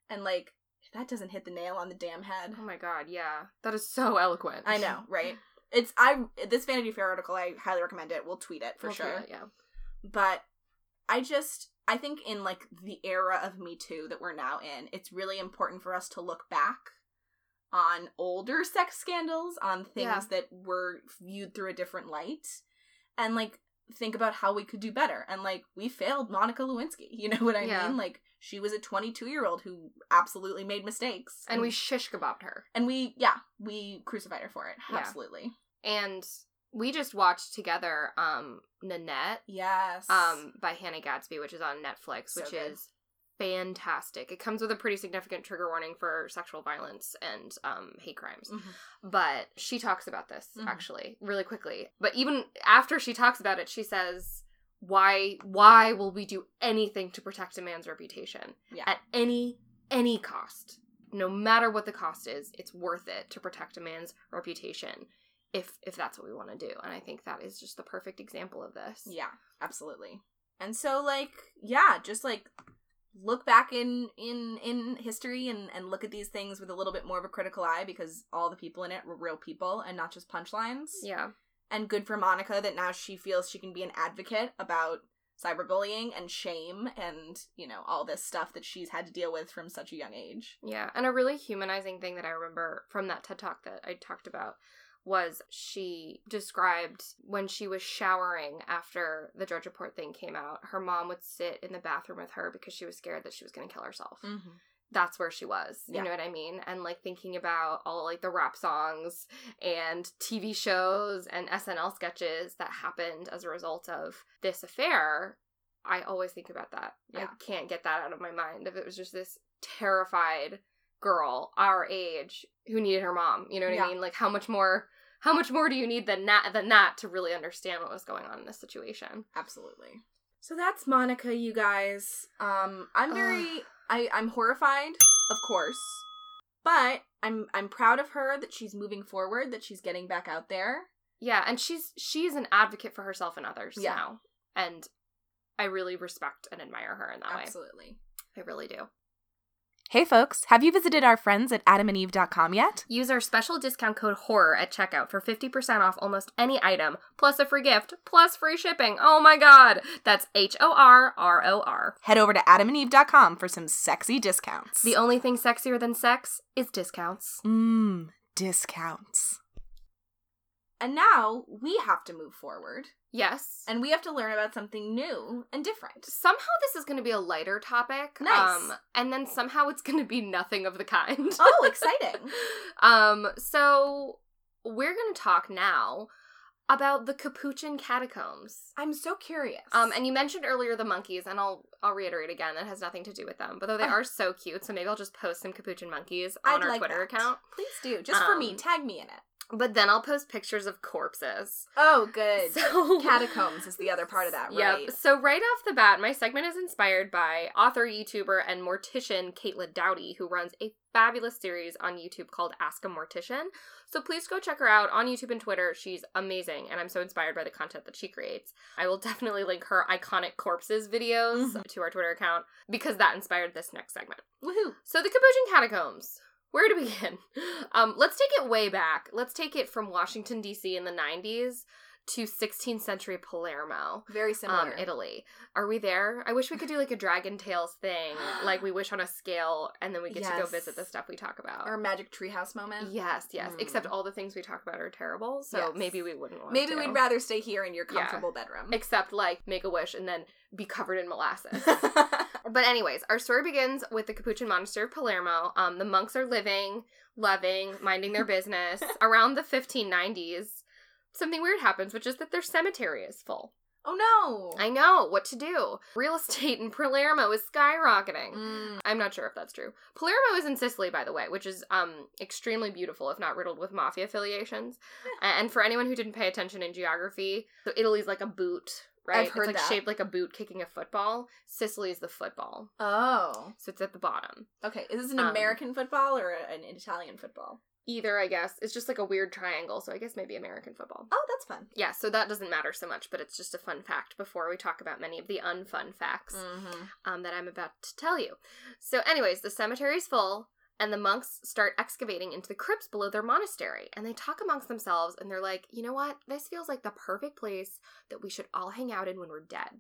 Speaker 1: And like, if that doesn't hit the nail on the damn head.
Speaker 2: Oh my god, yeah. That is so eloquent.
Speaker 1: I
Speaker 2: <laughs>
Speaker 1: know, right? It's I this Vanity Fair article, I highly recommend it. We'll tweet it <laughs> for
Speaker 2: We'll do
Speaker 1: sure.
Speaker 2: it, yeah.
Speaker 1: But I just I think in like the era of Me Too that we're now in, it's really important for us to look back on older sex scandals, on things
Speaker 2: Yeah.
Speaker 1: that were viewed through a different light, and like think about how we could do better. And like we failed Monica Lewinsky, <laughs> you know what I
Speaker 2: Yeah.
Speaker 1: mean? Like she was a 22 year old who absolutely made mistakes,
Speaker 2: And we shish kebabbed her.
Speaker 1: and we yeah we crucified her for it
Speaker 2: Yeah.
Speaker 1: absolutely.
Speaker 2: And we just watched together um Nanette
Speaker 1: Yes.
Speaker 2: um by Hannah Gadsby, which is on Netflix,
Speaker 1: So
Speaker 2: which
Speaker 1: good.
Speaker 2: is fantastic. It comes with a pretty significant trigger warning for sexual violence and um hate crimes.
Speaker 1: Mhm.
Speaker 2: but she talks about this
Speaker 1: Mhm.
Speaker 2: actually really quickly but even after she talks about it she says why why will we do anything to protect a man's reputation
Speaker 1: Yeah.
Speaker 2: at any any cost no matter what the cost is it's worth it to protect a man's reputation if if that's what we want to do and i think that is just the perfect example of this
Speaker 1: Yeah, absolutely. And so like yeah, just like look back in in in history and and look at these things with a little bit more of a critical eye because all the people in it were real people and not just punchlines.
Speaker 2: yeah
Speaker 1: And good for Monica that now she feels she can be an advocate about cyberbullying and shame and, you know, all this stuff that she's had to deal with from such a young age.
Speaker 2: Yeah, and a really humanizing thing that I remember from that TED talk that I talked about was she described when she was showering after the Drudge Report thing came out, her mom would sit in the bathroom with her because she was scared that she was going to kill herself.
Speaker 1: Mm.
Speaker 2: That's where she was. You
Speaker 1: Yeah.
Speaker 2: know what I mean? And like thinking about all like the rap songs and TV shows and SNL sketches that happened as a result of this affair, I always think about that.
Speaker 1: Yeah.
Speaker 2: I can't get that out of my mind. If it was just this terrified girl our age who needed her mom, you know what
Speaker 1: Yeah.
Speaker 2: I mean? Like how much more how much more do you need than that than that to really understand what was going on in this situation?
Speaker 1: Absolutely. So that's Monica, you guys. Um I'm very I I'm horrified, of course. But I'm I'm proud of her that she's moving forward, that she's getting back out there.
Speaker 2: Yeah, and she's she's an advocate for herself and others
Speaker 1: Yeah.
Speaker 2: now. And I really respect and admire her in that
Speaker 1: Absolutely.
Speaker 2: way. I really do.
Speaker 1: Hey folks, have you visited our friends at adamandeve.com yet?
Speaker 2: Use our special discount code HORROR at checkout for 50% off almost any item, plus a free gift, plus free shipping. Oh my god! That's H O R R O R.
Speaker 1: Head over to adamandeve.com for some sexy discounts.
Speaker 2: The only thing sexier than sex is discounts.
Speaker 1: Mmm, discounts. And now we have to move forward
Speaker 2: Yes.
Speaker 1: and we have to learn about something new and different.
Speaker 2: somehow this is going to be a lighter topic. um,
Speaker 1: Nice.
Speaker 2: and then somehow it's going to be nothing of the kind.
Speaker 1: <laughs>
Speaker 2: <laughs>
Speaker 1: Oh, exciting.
Speaker 2: um, so we're going to talk now about the Capuchin catacombs.
Speaker 1: I'm so curious.
Speaker 2: Um, and you mentioned earlier the monkeys, and I'll I'll reiterate again that has nothing to do with them. But though they
Speaker 1: Oh.
Speaker 2: are so cute, so maybe I'll just post some capuchin monkeys on our Twitter
Speaker 1: that.
Speaker 2: account.
Speaker 1: Please do, just for me.
Speaker 2: Um,
Speaker 1: Tag me in it.
Speaker 2: But then I'll post pictures of corpses.
Speaker 1: Oh, good.
Speaker 2: So
Speaker 1: Catacombs is the other part of that, right?
Speaker 2: Yep. So right off the bat, my segment is inspired by author, YouTuber, and mortician Caitlin Dowdy, who runs a fabulous series on YouTube called Ask a Mortician. So please go check her out on YouTube and Twitter. She's amazing, and I'm so inspired by the content that she creates. I will <laughs> definitely link her iconic corpses videos
Speaker 1: Mhm.
Speaker 2: to our Twitter account because that inspired this next segment.
Speaker 1: Woohoo!
Speaker 2: So the Capuchin catacombs. Where to begin? <laughs> Um, let's take it way back. Let's take it from Washington D.C. in the 90s to 16th century Palermo
Speaker 1: Very
Speaker 2: um,
Speaker 1: similar.
Speaker 2: Italy. Are we there? I wish we could do like a Dragon Tales thing,
Speaker 1: <gasps>
Speaker 2: like we wish on a scale, and then we get to go
Speaker 1: Yes.
Speaker 2: visit the stuff we talk about.
Speaker 1: Our magic treehouse moment.
Speaker 2: yes, yes.
Speaker 1: Mm.
Speaker 2: Except all the things we talk about are terrible, so
Speaker 1: Yes.
Speaker 2: maybe we wouldn't want.
Speaker 1: Maybe
Speaker 2: to.
Speaker 1: we'd rather stay here in your
Speaker 2: Yeah.
Speaker 1: comfortable bedroom.
Speaker 2: Except like make a wish and then be covered in molasses. but anyways, our story begins with the Capuchin Monastery of Palermo. Um, the monks are living, loving, minding
Speaker 1: <laughs>
Speaker 2: their business. Around the 1590s, something weird happens, which is that their cemetery is full.
Speaker 1: <laughs> oh no!
Speaker 2: I know what to do. Real estate in Palermo is skyrocketing.
Speaker 1: Mm,
Speaker 2: I'm not sure if that's true. Palermo is in Sicily, by the way, which is um extremely beautiful, if not riddled with mafia affiliations. A- and for anyone who didn't pay attention in geography, so Italy's like a boot, right?
Speaker 1: I've heard
Speaker 2: it's like
Speaker 1: that.
Speaker 2: shaped like a boot kicking a football. Sicily is the football,
Speaker 1: oh.
Speaker 2: so it's at the bottom.
Speaker 1: Okay, is this an
Speaker 2: Um,
Speaker 1: American football or an Italian football?
Speaker 2: Either, I guess, it's just like a weird triangle. So I guess maybe American football.
Speaker 1: Oh, that's fun.
Speaker 2: Yeah, so that doesn't matter so much, but it's just a fun fact before we talk about many of the unfun facts.
Speaker 1: Mm.
Speaker 2: um, that I'm about to tell you. So, anyways, the cemetery is full, and the monks start excavating into the crypts below their monastery. And they talk amongst themselves, and they're like, you know what? This feels like the perfect place that we should all hang out in when we're dead.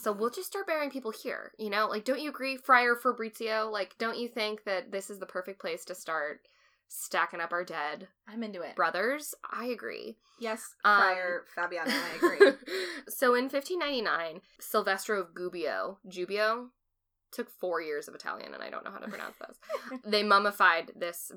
Speaker 2: So, we'll just start burying people here. You know, like, don't you agree, Friar Fabrizio? Like, don't you think that this is the perfect place to start stacking up our dead
Speaker 1: I'm into it.
Speaker 2: brothers? I agree.
Speaker 1: yes,
Speaker 2: Um,
Speaker 1: Friar Fabiano,
Speaker 2: <laughs>
Speaker 1: I <laughs> agree.
Speaker 2: so in 1599, Silvestro of Gubbio, Gubbio, took four years of Italian, and I don't know how to pronounce those.
Speaker 1: <laughs>
Speaker 2: they mummified this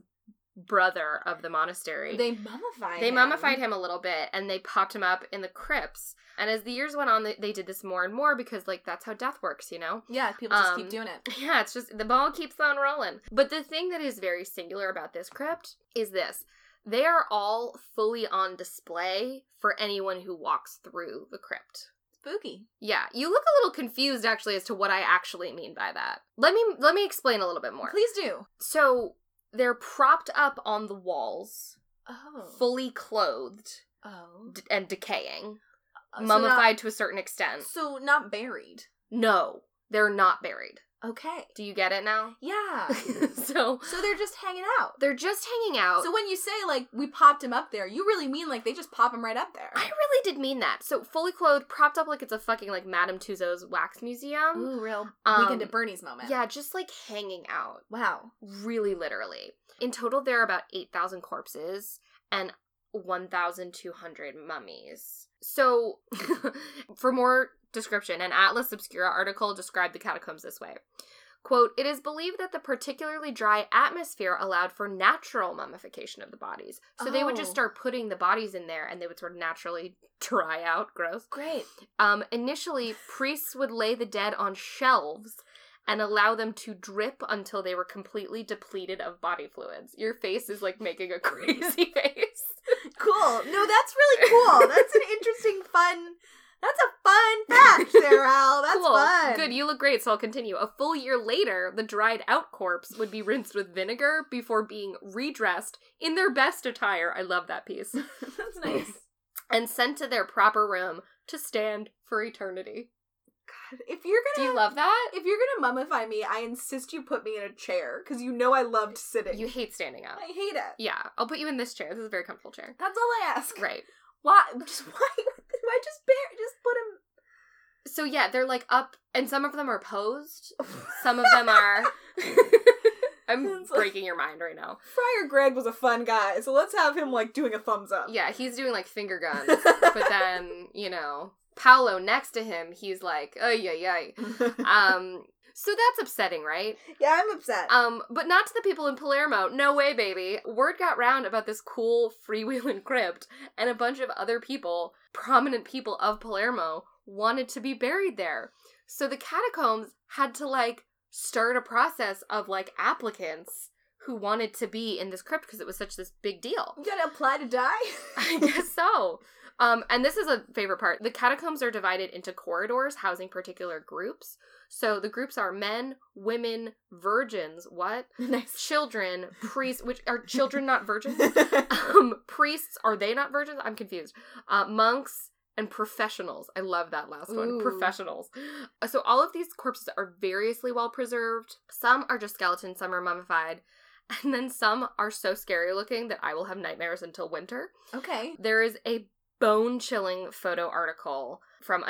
Speaker 2: brother of the monastery.
Speaker 1: they mummified.
Speaker 2: They
Speaker 1: him.
Speaker 2: mummified him a little bit and they popped him up in the crypts. And as the years went on, they, they did this more and more because, like, that's how death works, you know?
Speaker 1: Yeah, people just
Speaker 2: Um,
Speaker 1: keep doing it.
Speaker 2: Yeah, it's just the ball keeps on rolling. But the thing that is very singular about this crypt is this they are all fully on display for anyone who walks through the crypt.
Speaker 1: Spooky.
Speaker 2: Yeah, you look a little confused actually as to what I actually mean by that. Let me let me explain a little bit more.
Speaker 1: Please do.
Speaker 2: So, they're propped up on the walls,
Speaker 1: Oh.
Speaker 2: fully clothed
Speaker 1: Oh.
Speaker 2: d- and decaying,
Speaker 1: Uh, So not-
Speaker 2: mummified to a certain extent.
Speaker 1: So not buried.
Speaker 2: No, they're not buried.
Speaker 1: Okay.
Speaker 2: Do you get it now?
Speaker 1: <laughs> Yeah.
Speaker 2: <laughs> so
Speaker 1: so they're just hanging out.
Speaker 2: they're just hanging out.
Speaker 1: So when you say like we popped him up there, you really mean like they just pop him right up there.
Speaker 2: I really did mean that. So fully clothed, propped up like it's a fucking like Madame Tussauds wax museum.
Speaker 1: Ooh, real
Speaker 2: Um,
Speaker 1: weekend at Bernie's moment.
Speaker 2: Yeah, just like hanging out.
Speaker 1: Wow.
Speaker 2: Really literally. In total there are about 8,000 corpses and 1,200 mummies. So <laughs> for more description, an Atlas Obscura article described the catacombs this way. Quote, it is believed that the particularly dry atmosphere allowed for natural mummification of the bodies. So they would just
Speaker 1: Oh.
Speaker 2: start putting the bodies in there and they would sort of naturally <laughs> dry out. Gross.
Speaker 1: Great.
Speaker 2: Um, initially, priests would lay the dead on shelves and allow them to drip until they were completely depleted of body fluids. Your face is like making a <laughs> crazy face.
Speaker 1: <laughs> Cool. No, that's <laughs> really cool. That's an interesting, fun. That's a fun fact, <laughs> Sarah. That's fun.
Speaker 2: Good, you look great, so I'll continue. A full year later, the dried out corpse would be rinsed with vinegar before being redressed in their best attire. I love that piece.
Speaker 1: <laughs> <laughs> that's nice.
Speaker 2: and sent to their proper room to stand for eternity.
Speaker 1: If you're
Speaker 2: Do
Speaker 1: gonna,
Speaker 2: you love that?
Speaker 1: if you're gonna mummify me, I insist you put me in a chair because you know I loved sitting.
Speaker 2: You hate standing up.
Speaker 1: I hate it.
Speaker 2: Yeah, I'll put you in this chair. This is a very comfortable chair.
Speaker 1: That's all I ask.
Speaker 2: Right.
Speaker 1: Why? Just <laughs> why? Why just bear? Just put him.
Speaker 2: So yeah, they're like up, and some of them are posed. Some of them are. I'm
Speaker 1: Sounds like-
Speaker 2: breaking your mind right now.
Speaker 1: Friar Greg was a fun guy, so let's have him like doing a thumbs up.
Speaker 2: Yeah, he's doing like finger guns, but then you know Paolo next to him, he's like, oh yeah yeah. Um, so that's upsetting, right?
Speaker 1: <laughs> yeah, I'm upset.
Speaker 2: Um, but not to the people in Palermo. No way, baby. Word got round about this cool freewheeling crypt, and a bunch of other people, prominent people of Palermo, wanted to be buried there. So the catacombs had to like start a process of like applicants who wanted to be in this crypt because it was such this big deal. <laughs>
Speaker 1: you gotta apply to die.
Speaker 2: I
Speaker 1: <laughs>
Speaker 2: guess so. Um, and this is a favorite part. The catacombs are divided into corridors housing particular groups. So the groups are men, women, virgins, what?
Speaker 1: nice. <laughs>
Speaker 2: Children, priests, which are children not virgins? um, priests, are they not virgins? I'm confused. Uh, monks and professionals. I love that last one.
Speaker 1: Ooh.
Speaker 2: Professionals. Uh, So all of these corpses are variously well preserved. Some are just skeletons, some are mummified. <laughs> And then some are so scary looking that I will have nightmares until winter.
Speaker 1: okay.
Speaker 2: There is a bone-chilling photo article from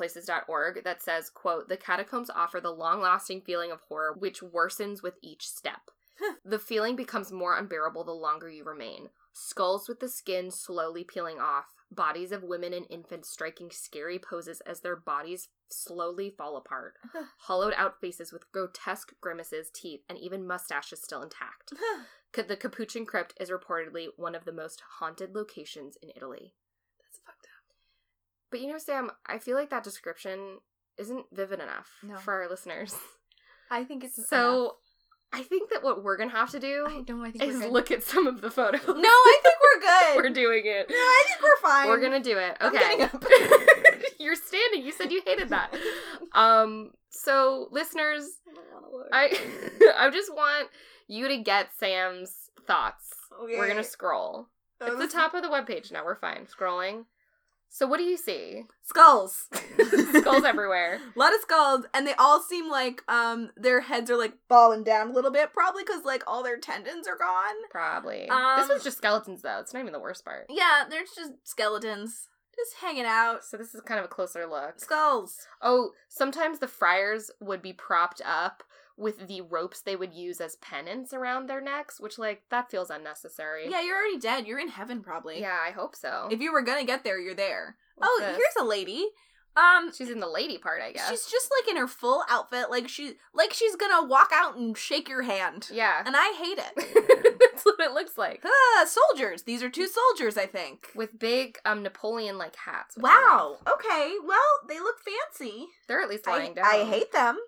Speaker 2: unusualplaces.org that says, quote, "The catacombs offer the long-lasting feeling of horror which worsens with each step. the feeling becomes more unbearable the longer you remain. Skulls with the skin slowly peeling off, bodies of women and infants striking scary poses as their bodies slowly fall apart, hollowed out faces with grotesque grimaces, teeth, and even mustaches still intact."
Speaker 1: That's
Speaker 2: Ca- The Capuchin Crypt is reportedly one of the most haunted locations in Italy.
Speaker 1: fucked up.
Speaker 2: But you know, Sam, I feel like that description isn't vivid enough
Speaker 1: No.
Speaker 2: for our listeners.
Speaker 1: <laughs> I think it's
Speaker 2: so
Speaker 1: enough.
Speaker 2: I think that what we're gonna have to
Speaker 1: I
Speaker 2: do
Speaker 1: don't. I think
Speaker 2: is
Speaker 1: we're good.
Speaker 2: look at some of the photos.
Speaker 1: <laughs> No, I think we're
Speaker 2: <laughs>
Speaker 1: good.
Speaker 2: we're doing it.
Speaker 1: <laughs> No, I think we're fine.
Speaker 2: We're gonna do it.
Speaker 1: I'm
Speaker 2: Okay.
Speaker 1: getting
Speaker 2: <laughs> You're standing. You said you hated
Speaker 1: <laughs>
Speaker 2: that. Um. So listeners,
Speaker 1: I don't wanna look.
Speaker 2: I <laughs> I just want you to get Sam's thoughts. We're
Speaker 1: <laughs> Okay.
Speaker 2: gonna scroll.
Speaker 1: Oh,
Speaker 2: It's the
Speaker 1: this-
Speaker 2: top of the webpage now. We're fine. Scrolling. So what do you see?
Speaker 1: skulls.
Speaker 2: <laughs> Skulls
Speaker 1: <laughs>
Speaker 2: everywhere.
Speaker 1: A lot of skulls, and they all seem like um their heads are like falling down a little bit, probably because like all their tendons are gone.
Speaker 2: Probably. this
Speaker 1: Um,
Speaker 2: was just skeletons though. It's not even the worst part.
Speaker 1: Yeah, there's just skeletons just hanging out.
Speaker 2: So this is kind of a closer look.
Speaker 1: Skulls.
Speaker 2: Oh, sometimes the friars would be propped up with the ropes they would use as pennants around their necks, which like that feels unnecessary.
Speaker 1: Yeah, you're already dead. You're in heaven probably.
Speaker 2: Yeah, I hope so.
Speaker 1: If you were gonna get there, you're there.
Speaker 2: What's
Speaker 1: oh,
Speaker 2: this?
Speaker 1: here's a lady. Um
Speaker 2: she's in the lady part, I guess.
Speaker 1: she's just like in her full outfit, like she like she's gonna walk out and shake your hand.
Speaker 2: Yeah.
Speaker 1: <laughs> And I hate
Speaker 2: <laughs>
Speaker 1: it.
Speaker 2: That's what it looks like.
Speaker 1: Ah, soldiers. These are two soldiers, I think.
Speaker 2: With big um Napoleon like hats. which I
Speaker 1: Wow.
Speaker 2: love.
Speaker 1: Okay. Well, they look fancy.
Speaker 2: They're at least lying
Speaker 1: I,
Speaker 2: down.
Speaker 1: I hate them.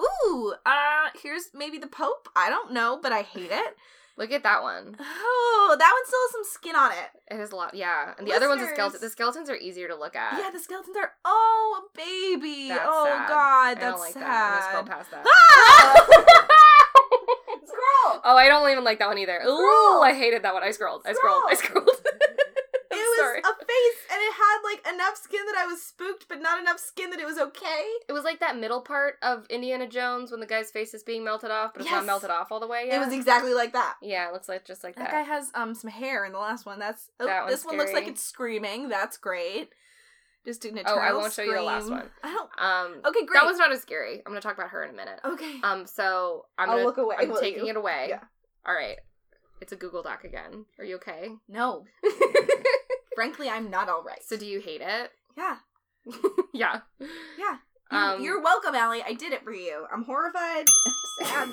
Speaker 1: Ooh, uh, here's maybe the Pope. I don't know, but I
Speaker 2: <laughs>
Speaker 1: hate it.
Speaker 2: Look at that one.
Speaker 1: Oh, that one still has some skin on it.
Speaker 2: It has a lot, yeah. And the other one's a skeleton.
Speaker 1: Listeners.
Speaker 2: The skeletons are easier to look at.
Speaker 1: Yeah, the skeletons are. Oh, a baby.
Speaker 2: Uh, That's
Speaker 1: oh
Speaker 2: sad.
Speaker 1: God,
Speaker 2: I
Speaker 1: that's
Speaker 2: don't like
Speaker 1: sad.
Speaker 2: that. I'm gonna scroll past
Speaker 1: <laughs>
Speaker 2: that.
Speaker 1: Ah! <laughs> Scroll.
Speaker 2: oh, I don't even like that one either. Ooh,
Speaker 1: Scroll.
Speaker 2: I hated that one. I scrolled. <laughs> I scrolled. I scrolled.
Speaker 1: It
Speaker 2: I'm
Speaker 1: was
Speaker 2: sorry.
Speaker 1: a face and it had like enough skin that I was spooked, but not enough skin that it was okay.
Speaker 2: It was like that middle part of Indiana Jones when the guy's face is being melted off, but it's
Speaker 1: Yes.
Speaker 2: not melted off all the way yet.
Speaker 1: It was exactly like that.
Speaker 2: yeah, it looks like just like
Speaker 1: That
Speaker 2: that.
Speaker 1: guy has um some hair in the last one. That's oh,
Speaker 2: That one's
Speaker 1: this one looks like
Speaker 2: scary.
Speaker 1: it's screaming. That's great. Just an
Speaker 2: Oh,
Speaker 1: eternal.
Speaker 2: I won't show you the last
Speaker 1: scream.
Speaker 2: one.
Speaker 1: I don't.
Speaker 2: Um,
Speaker 1: Okay, Oh, great.
Speaker 2: that one's not as scary. I'm gonna talk about her in a minute.
Speaker 1: okay.
Speaker 2: Um, so I'm
Speaker 1: I'll
Speaker 2: gonna,
Speaker 1: look away,
Speaker 2: I'm
Speaker 1: will
Speaker 2: taking
Speaker 1: you?
Speaker 2: it away.
Speaker 1: Yeah.
Speaker 2: All right. It's a Google Doc again. Are you okay? <laughs>
Speaker 1: no, frankly, I'm not all right.
Speaker 2: so do you hate it? <laughs>
Speaker 1: yeah,
Speaker 2: yeah.
Speaker 1: yeah. You,
Speaker 2: Um,
Speaker 1: you're welcome, Allie. I did it for you.
Speaker 2: <laughs>
Speaker 1: I'm horrified. I'm sad.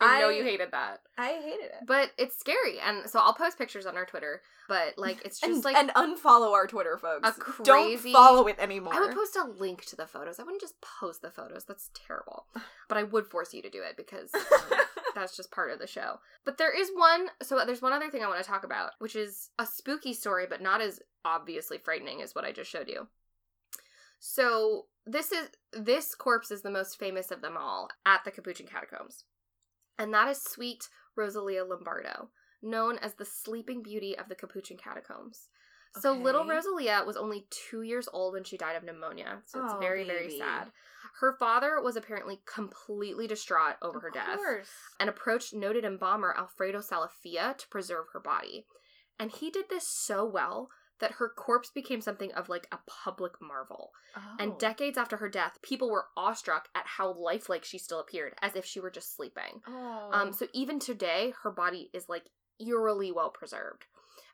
Speaker 2: I know
Speaker 1: I-
Speaker 2: you hated that,
Speaker 1: I hated it.
Speaker 2: but it's scary, and so I'll post pictures on our Twitter. But like, it's just
Speaker 1: and,
Speaker 2: like
Speaker 1: and unfollow our Twitter, folks.
Speaker 2: a crazy.
Speaker 1: Don't follow it anymore.
Speaker 2: I would post a link to the photos. I wouldn't just post the photos. That's terrible. But I would force you to do it because
Speaker 1: <laughs>
Speaker 2: um, that's just part of the show. But there is one. So there's one other thing I want to talk about, which is a spooky story, but not as obviously frightening as what I just showed you. So this is this corpse is the most famous of them all at the Capuchin Catacombs, and that is sweet Rosalia Lombardo, known as the Sleeping Beauty of the Capuchin Catacombs. So little
Speaker 1: Okay.
Speaker 2: Rosalia was only two years old when she died of pneumonia. So it's
Speaker 1: Oh,
Speaker 2: very very
Speaker 1: baby.
Speaker 2: sad. Her father was apparently completely distraught over her
Speaker 1: Of
Speaker 2: death
Speaker 1: course.
Speaker 2: and approached noted embalmer Alfredo Salafia to preserve her body. And he did this so well that her corpse became something of like a public marvel.
Speaker 1: Oh.
Speaker 2: And decades after her death, people were awestruck at how lifelike she still appeared, as if she were just sleeping.
Speaker 1: Oh.
Speaker 2: Um, so even today, her body is like eerily well preserved.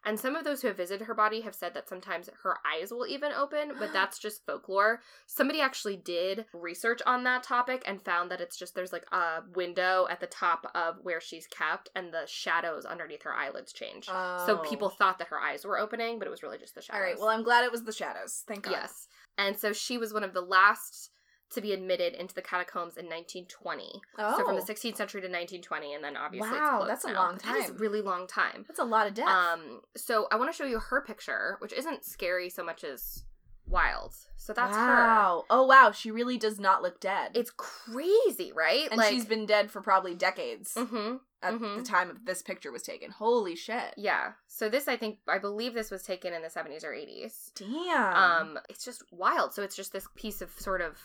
Speaker 2: And some of those who have visited her body have said that sometimes her eyes will even open,
Speaker 1: <gasps>
Speaker 2: but that's just folklore. Somebody actually did research on that topic and found that it's just there's like a window at the top of where she's kept, and the shadows underneath her eyelids change. So
Speaker 1: Oh.
Speaker 2: people thought that her eyes were opening, but it was really just the shadows.
Speaker 1: All right. Well, I'm glad it was the shadows. Thank God.
Speaker 2: Yes. And so she was one of the last to be admitted into the catacombs in 1920.
Speaker 1: Oh.
Speaker 2: So from the 16th century to 1920, and then obviously it's
Speaker 1: Wow,
Speaker 2: closed
Speaker 1: that's a
Speaker 2: now.
Speaker 1: long
Speaker 2: That is a
Speaker 1: time.
Speaker 2: really long time.
Speaker 1: That's a lot of death.
Speaker 2: Um, so I want to show you her picture, which isn't scary so much as wild. So that's her.
Speaker 1: wow. Oh wow, she really does not look dead.
Speaker 2: It's crazy, right?
Speaker 1: and she's been dead for probably decades
Speaker 2: hmm
Speaker 1: at the
Speaker 2: mhm.
Speaker 1: time of this picture was taken. Holy shit.
Speaker 2: Yeah. So this, I think, I believe this was taken in the 70s or 80s.
Speaker 1: Damn.
Speaker 2: Um, it's just wild. So it's just this piece of sort of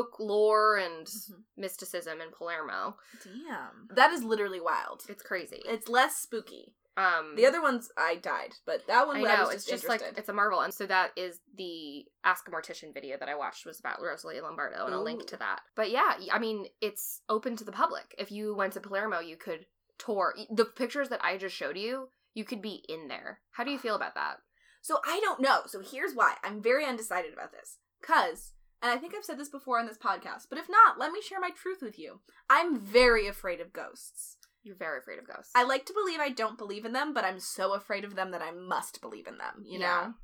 Speaker 2: folklore and
Speaker 1: Mhm.
Speaker 2: mysticism in Palermo.
Speaker 1: Damn. That is literally wild.
Speaker 2: It's crazy.
Speaker 1: It's less spooky.
Speaker 2: um,
Speaker 1: The other ones I died, but that
Speaker 2: I
Speaker 1: one I,
Speaker 2: know
Speaker 1: was
Speaker 2: it's
Speaker 1: just,
Speaker 2: just like
Speaker 1: interested.
Speaker 2: it's a marvel, and so that is the Ask a Mortician video that I watched was about Rosalie Lombardo, and I'll link
Speaker 1: Ooh.
Speaker 2: to that. But yeah, I mean, it's open to the public. If you went to Palermo, you could tour the pictures that I just showed you. You could be in there. How do you feel about that?
Speaker 1: So I don't know. So here's why. I'm very undecided about this. Cuz and I think I've said this before on this podcast, but if not, let me share my truth with you. I'm very afraid of ghosts.
Speaker 2: You're very afraid of ghosts.
Speaker 1: I like to believe I don't believe in them, but I'm so afraid of them that I must believe in them, you
Speaker 2: Yeah.
Speaker 1: know?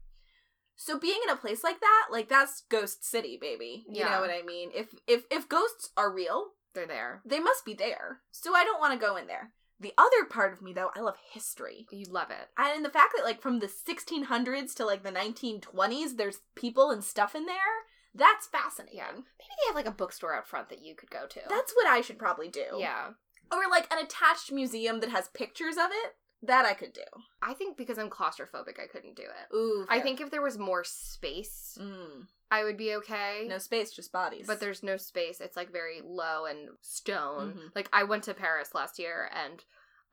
Speaker 1: So being in a place like that, like that's ghost city, baby. You
Speaker 2: Yeah.
Speaker 1: know what I mean? If if if ghosts are real,
Speaker 2: They're there.
Speaker 1: they must be there. So I don't want to go in there. The other part of me though, I love history.
Speaker 2: You love it.
Speaker 1: And the fact that like from the 1600s to like the 1920s there's people and stuff in there, that's fascinating.
Speaker 2: Yeah. Maybe they have like a bookstore out front that you could go to.
Speaker 1: That's what I should probably do.
Speaker 2: yeah.
Speaker 1: Or like an attached museum that has pictures of it. That I could do.
Speaker 2: I think because I'm claustrophobic, I couldn't do it.
Speaker 1: Ooh.
Speaker 2: I
Speaker 1: fair.
Speaker 2: think if there was more space,
Speaker 1: Mm.
Speaker 2: I would be okay.
Speaker 1: No space, just bodies.
Speaker 2: but there's no space it's like very low and stone
Speaker 1: Mhm.
Speaker 2: like i went to paris last year and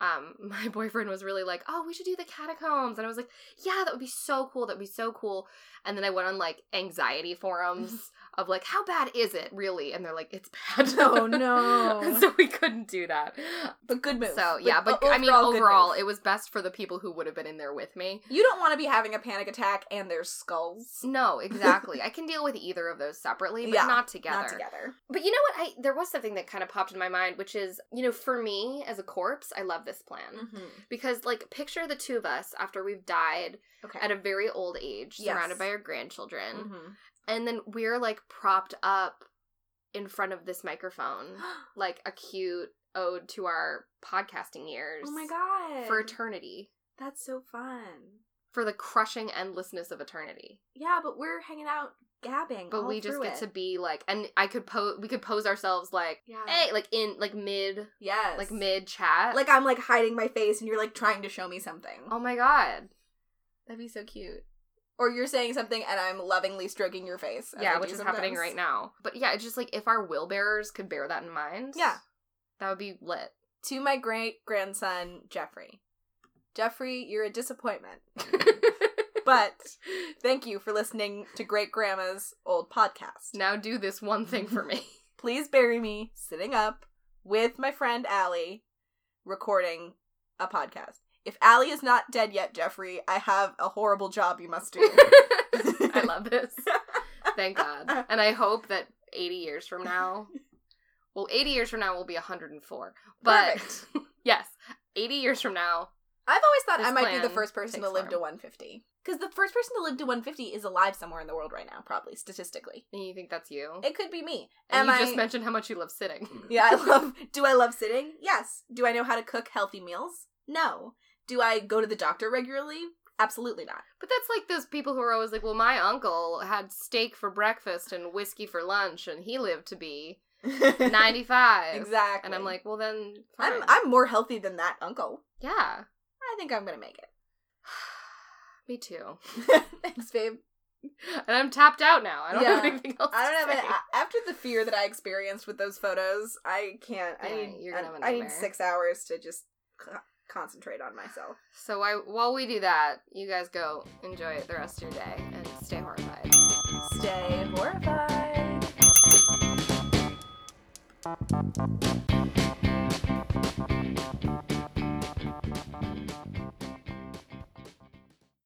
Speaker 2: um <laughs> my boyfriend was really like oh we should do the catacombs and i was like yeah that would be so cool that would be so cool and then i went on like anxiety
Speaker 1: <laughs>
Speaker 2: forums of like how bad is it really and they're like it's bad <laughs>
Speaker 1: Oh, no.
Speaker 2: And so we couldn't do that
Speaker 1: but good move.
Speaker 2: so yeah but
Speaker 1: o-
Speaker 2: i mean
Speaker 1: good
Speaker 2: overall
Speaker 1: move.
Speaker 2: it was best for the people who would have been in there with me
Speaker 1: you don't want to be having a panic attack and there's skulls
Speaker 2: no
Speaker 1: <laughs>
Speaker 2: exactly i can deal with either of those separately but
Speaker 1: Yeah,
Speaker 2: not together
Speaker 1: not together.
Speaker 2: But you know what? I there was something that kind of popped in my mind, which is you know, for me as a corpse, I love this plan
Speaker 1: Mm-hmm.
Speaker 2: because like picture the two of us after we've died
Speaker 1: Okay.
Speaker 2: at a very old age,
Speaker 1: Yes.
Speaker 2: surrounded by our grandchildren,
Speaker 1: <gasps> Mhm.
Speaker 2: and then we're like propped up in front of this
Speaker 1: <gasps>
Speaker 2: microphone,
Speaker 1: Oh
Speaker 2: like a cute ode to our podcasting years.
Speaker 1: Oh my god.
Speaker 2: For eternity,
Speaker 1: That's so fun.
Speaker 2: for the crushing endlessness of eternity.
Speaker 1: Yeah, but we're hanging out gabbing.
Speaker 2: But
Speaker 1: all
Speaker 2: we just
Speaker 1: through
Speaker 2: get
Speaker 1: it.
Speaker 2: to be like, and I could pose, we could pose ourselves like,
Speaker 1: Yeah.
Speaker 2: hey, like in like mid
Speaker 1: Yes.
Speaker 2: like mid chat.
Speaker 1: Like I'm like hiding my face and you're like trying to show me something.
Speaker 2: oh my god,
Speaker 1: That'd be so cute. Or you're saying something and I'm lovingly stroking your face. as I
Speaker 2: yeah,
Speaker 1: do
Speaker 2: which is happening
Speaker 1: sometimes.
Speaker 2: right now. But yeah, it's just like if our will bearers could bear that in mind,
Speaker 1: Yeah.
Speaker 2: that would be lit.
Speaker 1: To my great grandson, Jeffrey. Jeffrey, you're a <laughs> disappointment. but thank you for listening to Great Grandma's old
Speaker 2: <laughs>
Speaker 1: podcast.
Speaker 2: now do this one thing for me.
Speaker 1: Please bury me sitting up with my friend Allie recording a podcast. If Allie is not dead yet, Jeffrey, I have a horrible job you must <laughs> do.
Speaker 2: I
Speaker 1: <laughs>
Speaker 2: love this. Thank God. And I hope that 80 years from now, well, 80 years from now will be 104. But
Speaker 1: Perfect.
Speaker 2: <laughs> yes, 80 years from now,
Speaker 1: I've always thought
Speaker 2: This
Speaker 1: I might be the
Speaker 2: plan
Speaker 1: first person to
Speaker 2: takes
Speaker 1: live to
Speaker 2: farm.
Speaker 1: 150. Because the first person to live to 150 is alive somewhere in the world right now, probably, statistically.
Speaker 2: and you think that's you.
Speaker 1: It could be me.
Speaker 2: and
Speaker 1: Am
Speaker 2: you just
Speaker 1: I-
Speaker 2: mentioned how much you love sitting.
Speaker 1: Yeah, I love. Do I love sitting? Yes. Do I know how to cook healthy meals? No. Do I go to the doctor regularly? Absolutely not.
Speaker 2: But that's like those people who are always like, well, my uncle had steak for breakfast and whiskey for lunch, and he lived to
Speaker 1: <laughs>
Speaker 2: be 95.
Speaker 1: exactly.
Speaker 2: And I'm like, well, then fine.
Speaker 1: I'm I'm more healthy than that uncle.
Speaker 2: yeah, <sighs>
Speaker 1: I think I'm gonna make
Speaker 2: me too.
Speaker 1: it. Thanks, babe.
Speaker 2: And I'm tapped out now. I don't have
Speaker 1: Yeah.
Speaker 2: anything else.
Speaker 1: I don't have
Speaker 2: to
Speaker 1: it.
Speaker 2: say.
Speaker 1: a- After the fear that I experienced with those photos, I can't. I
Speaker 2: Yeah,
Speaker 1: need.
Speaker 2: you're gonna
Speaker 1: I-
Speaker 2: have a
Speaker 1: I need
Speaker 2: nightmare.
Speaker 1: six hours to just co- concentrate on myself.
Speaker 2: So I, while we do that, you guys go enjoy the rest of your day and stay horrified.
Speaker 1: Stay horrified.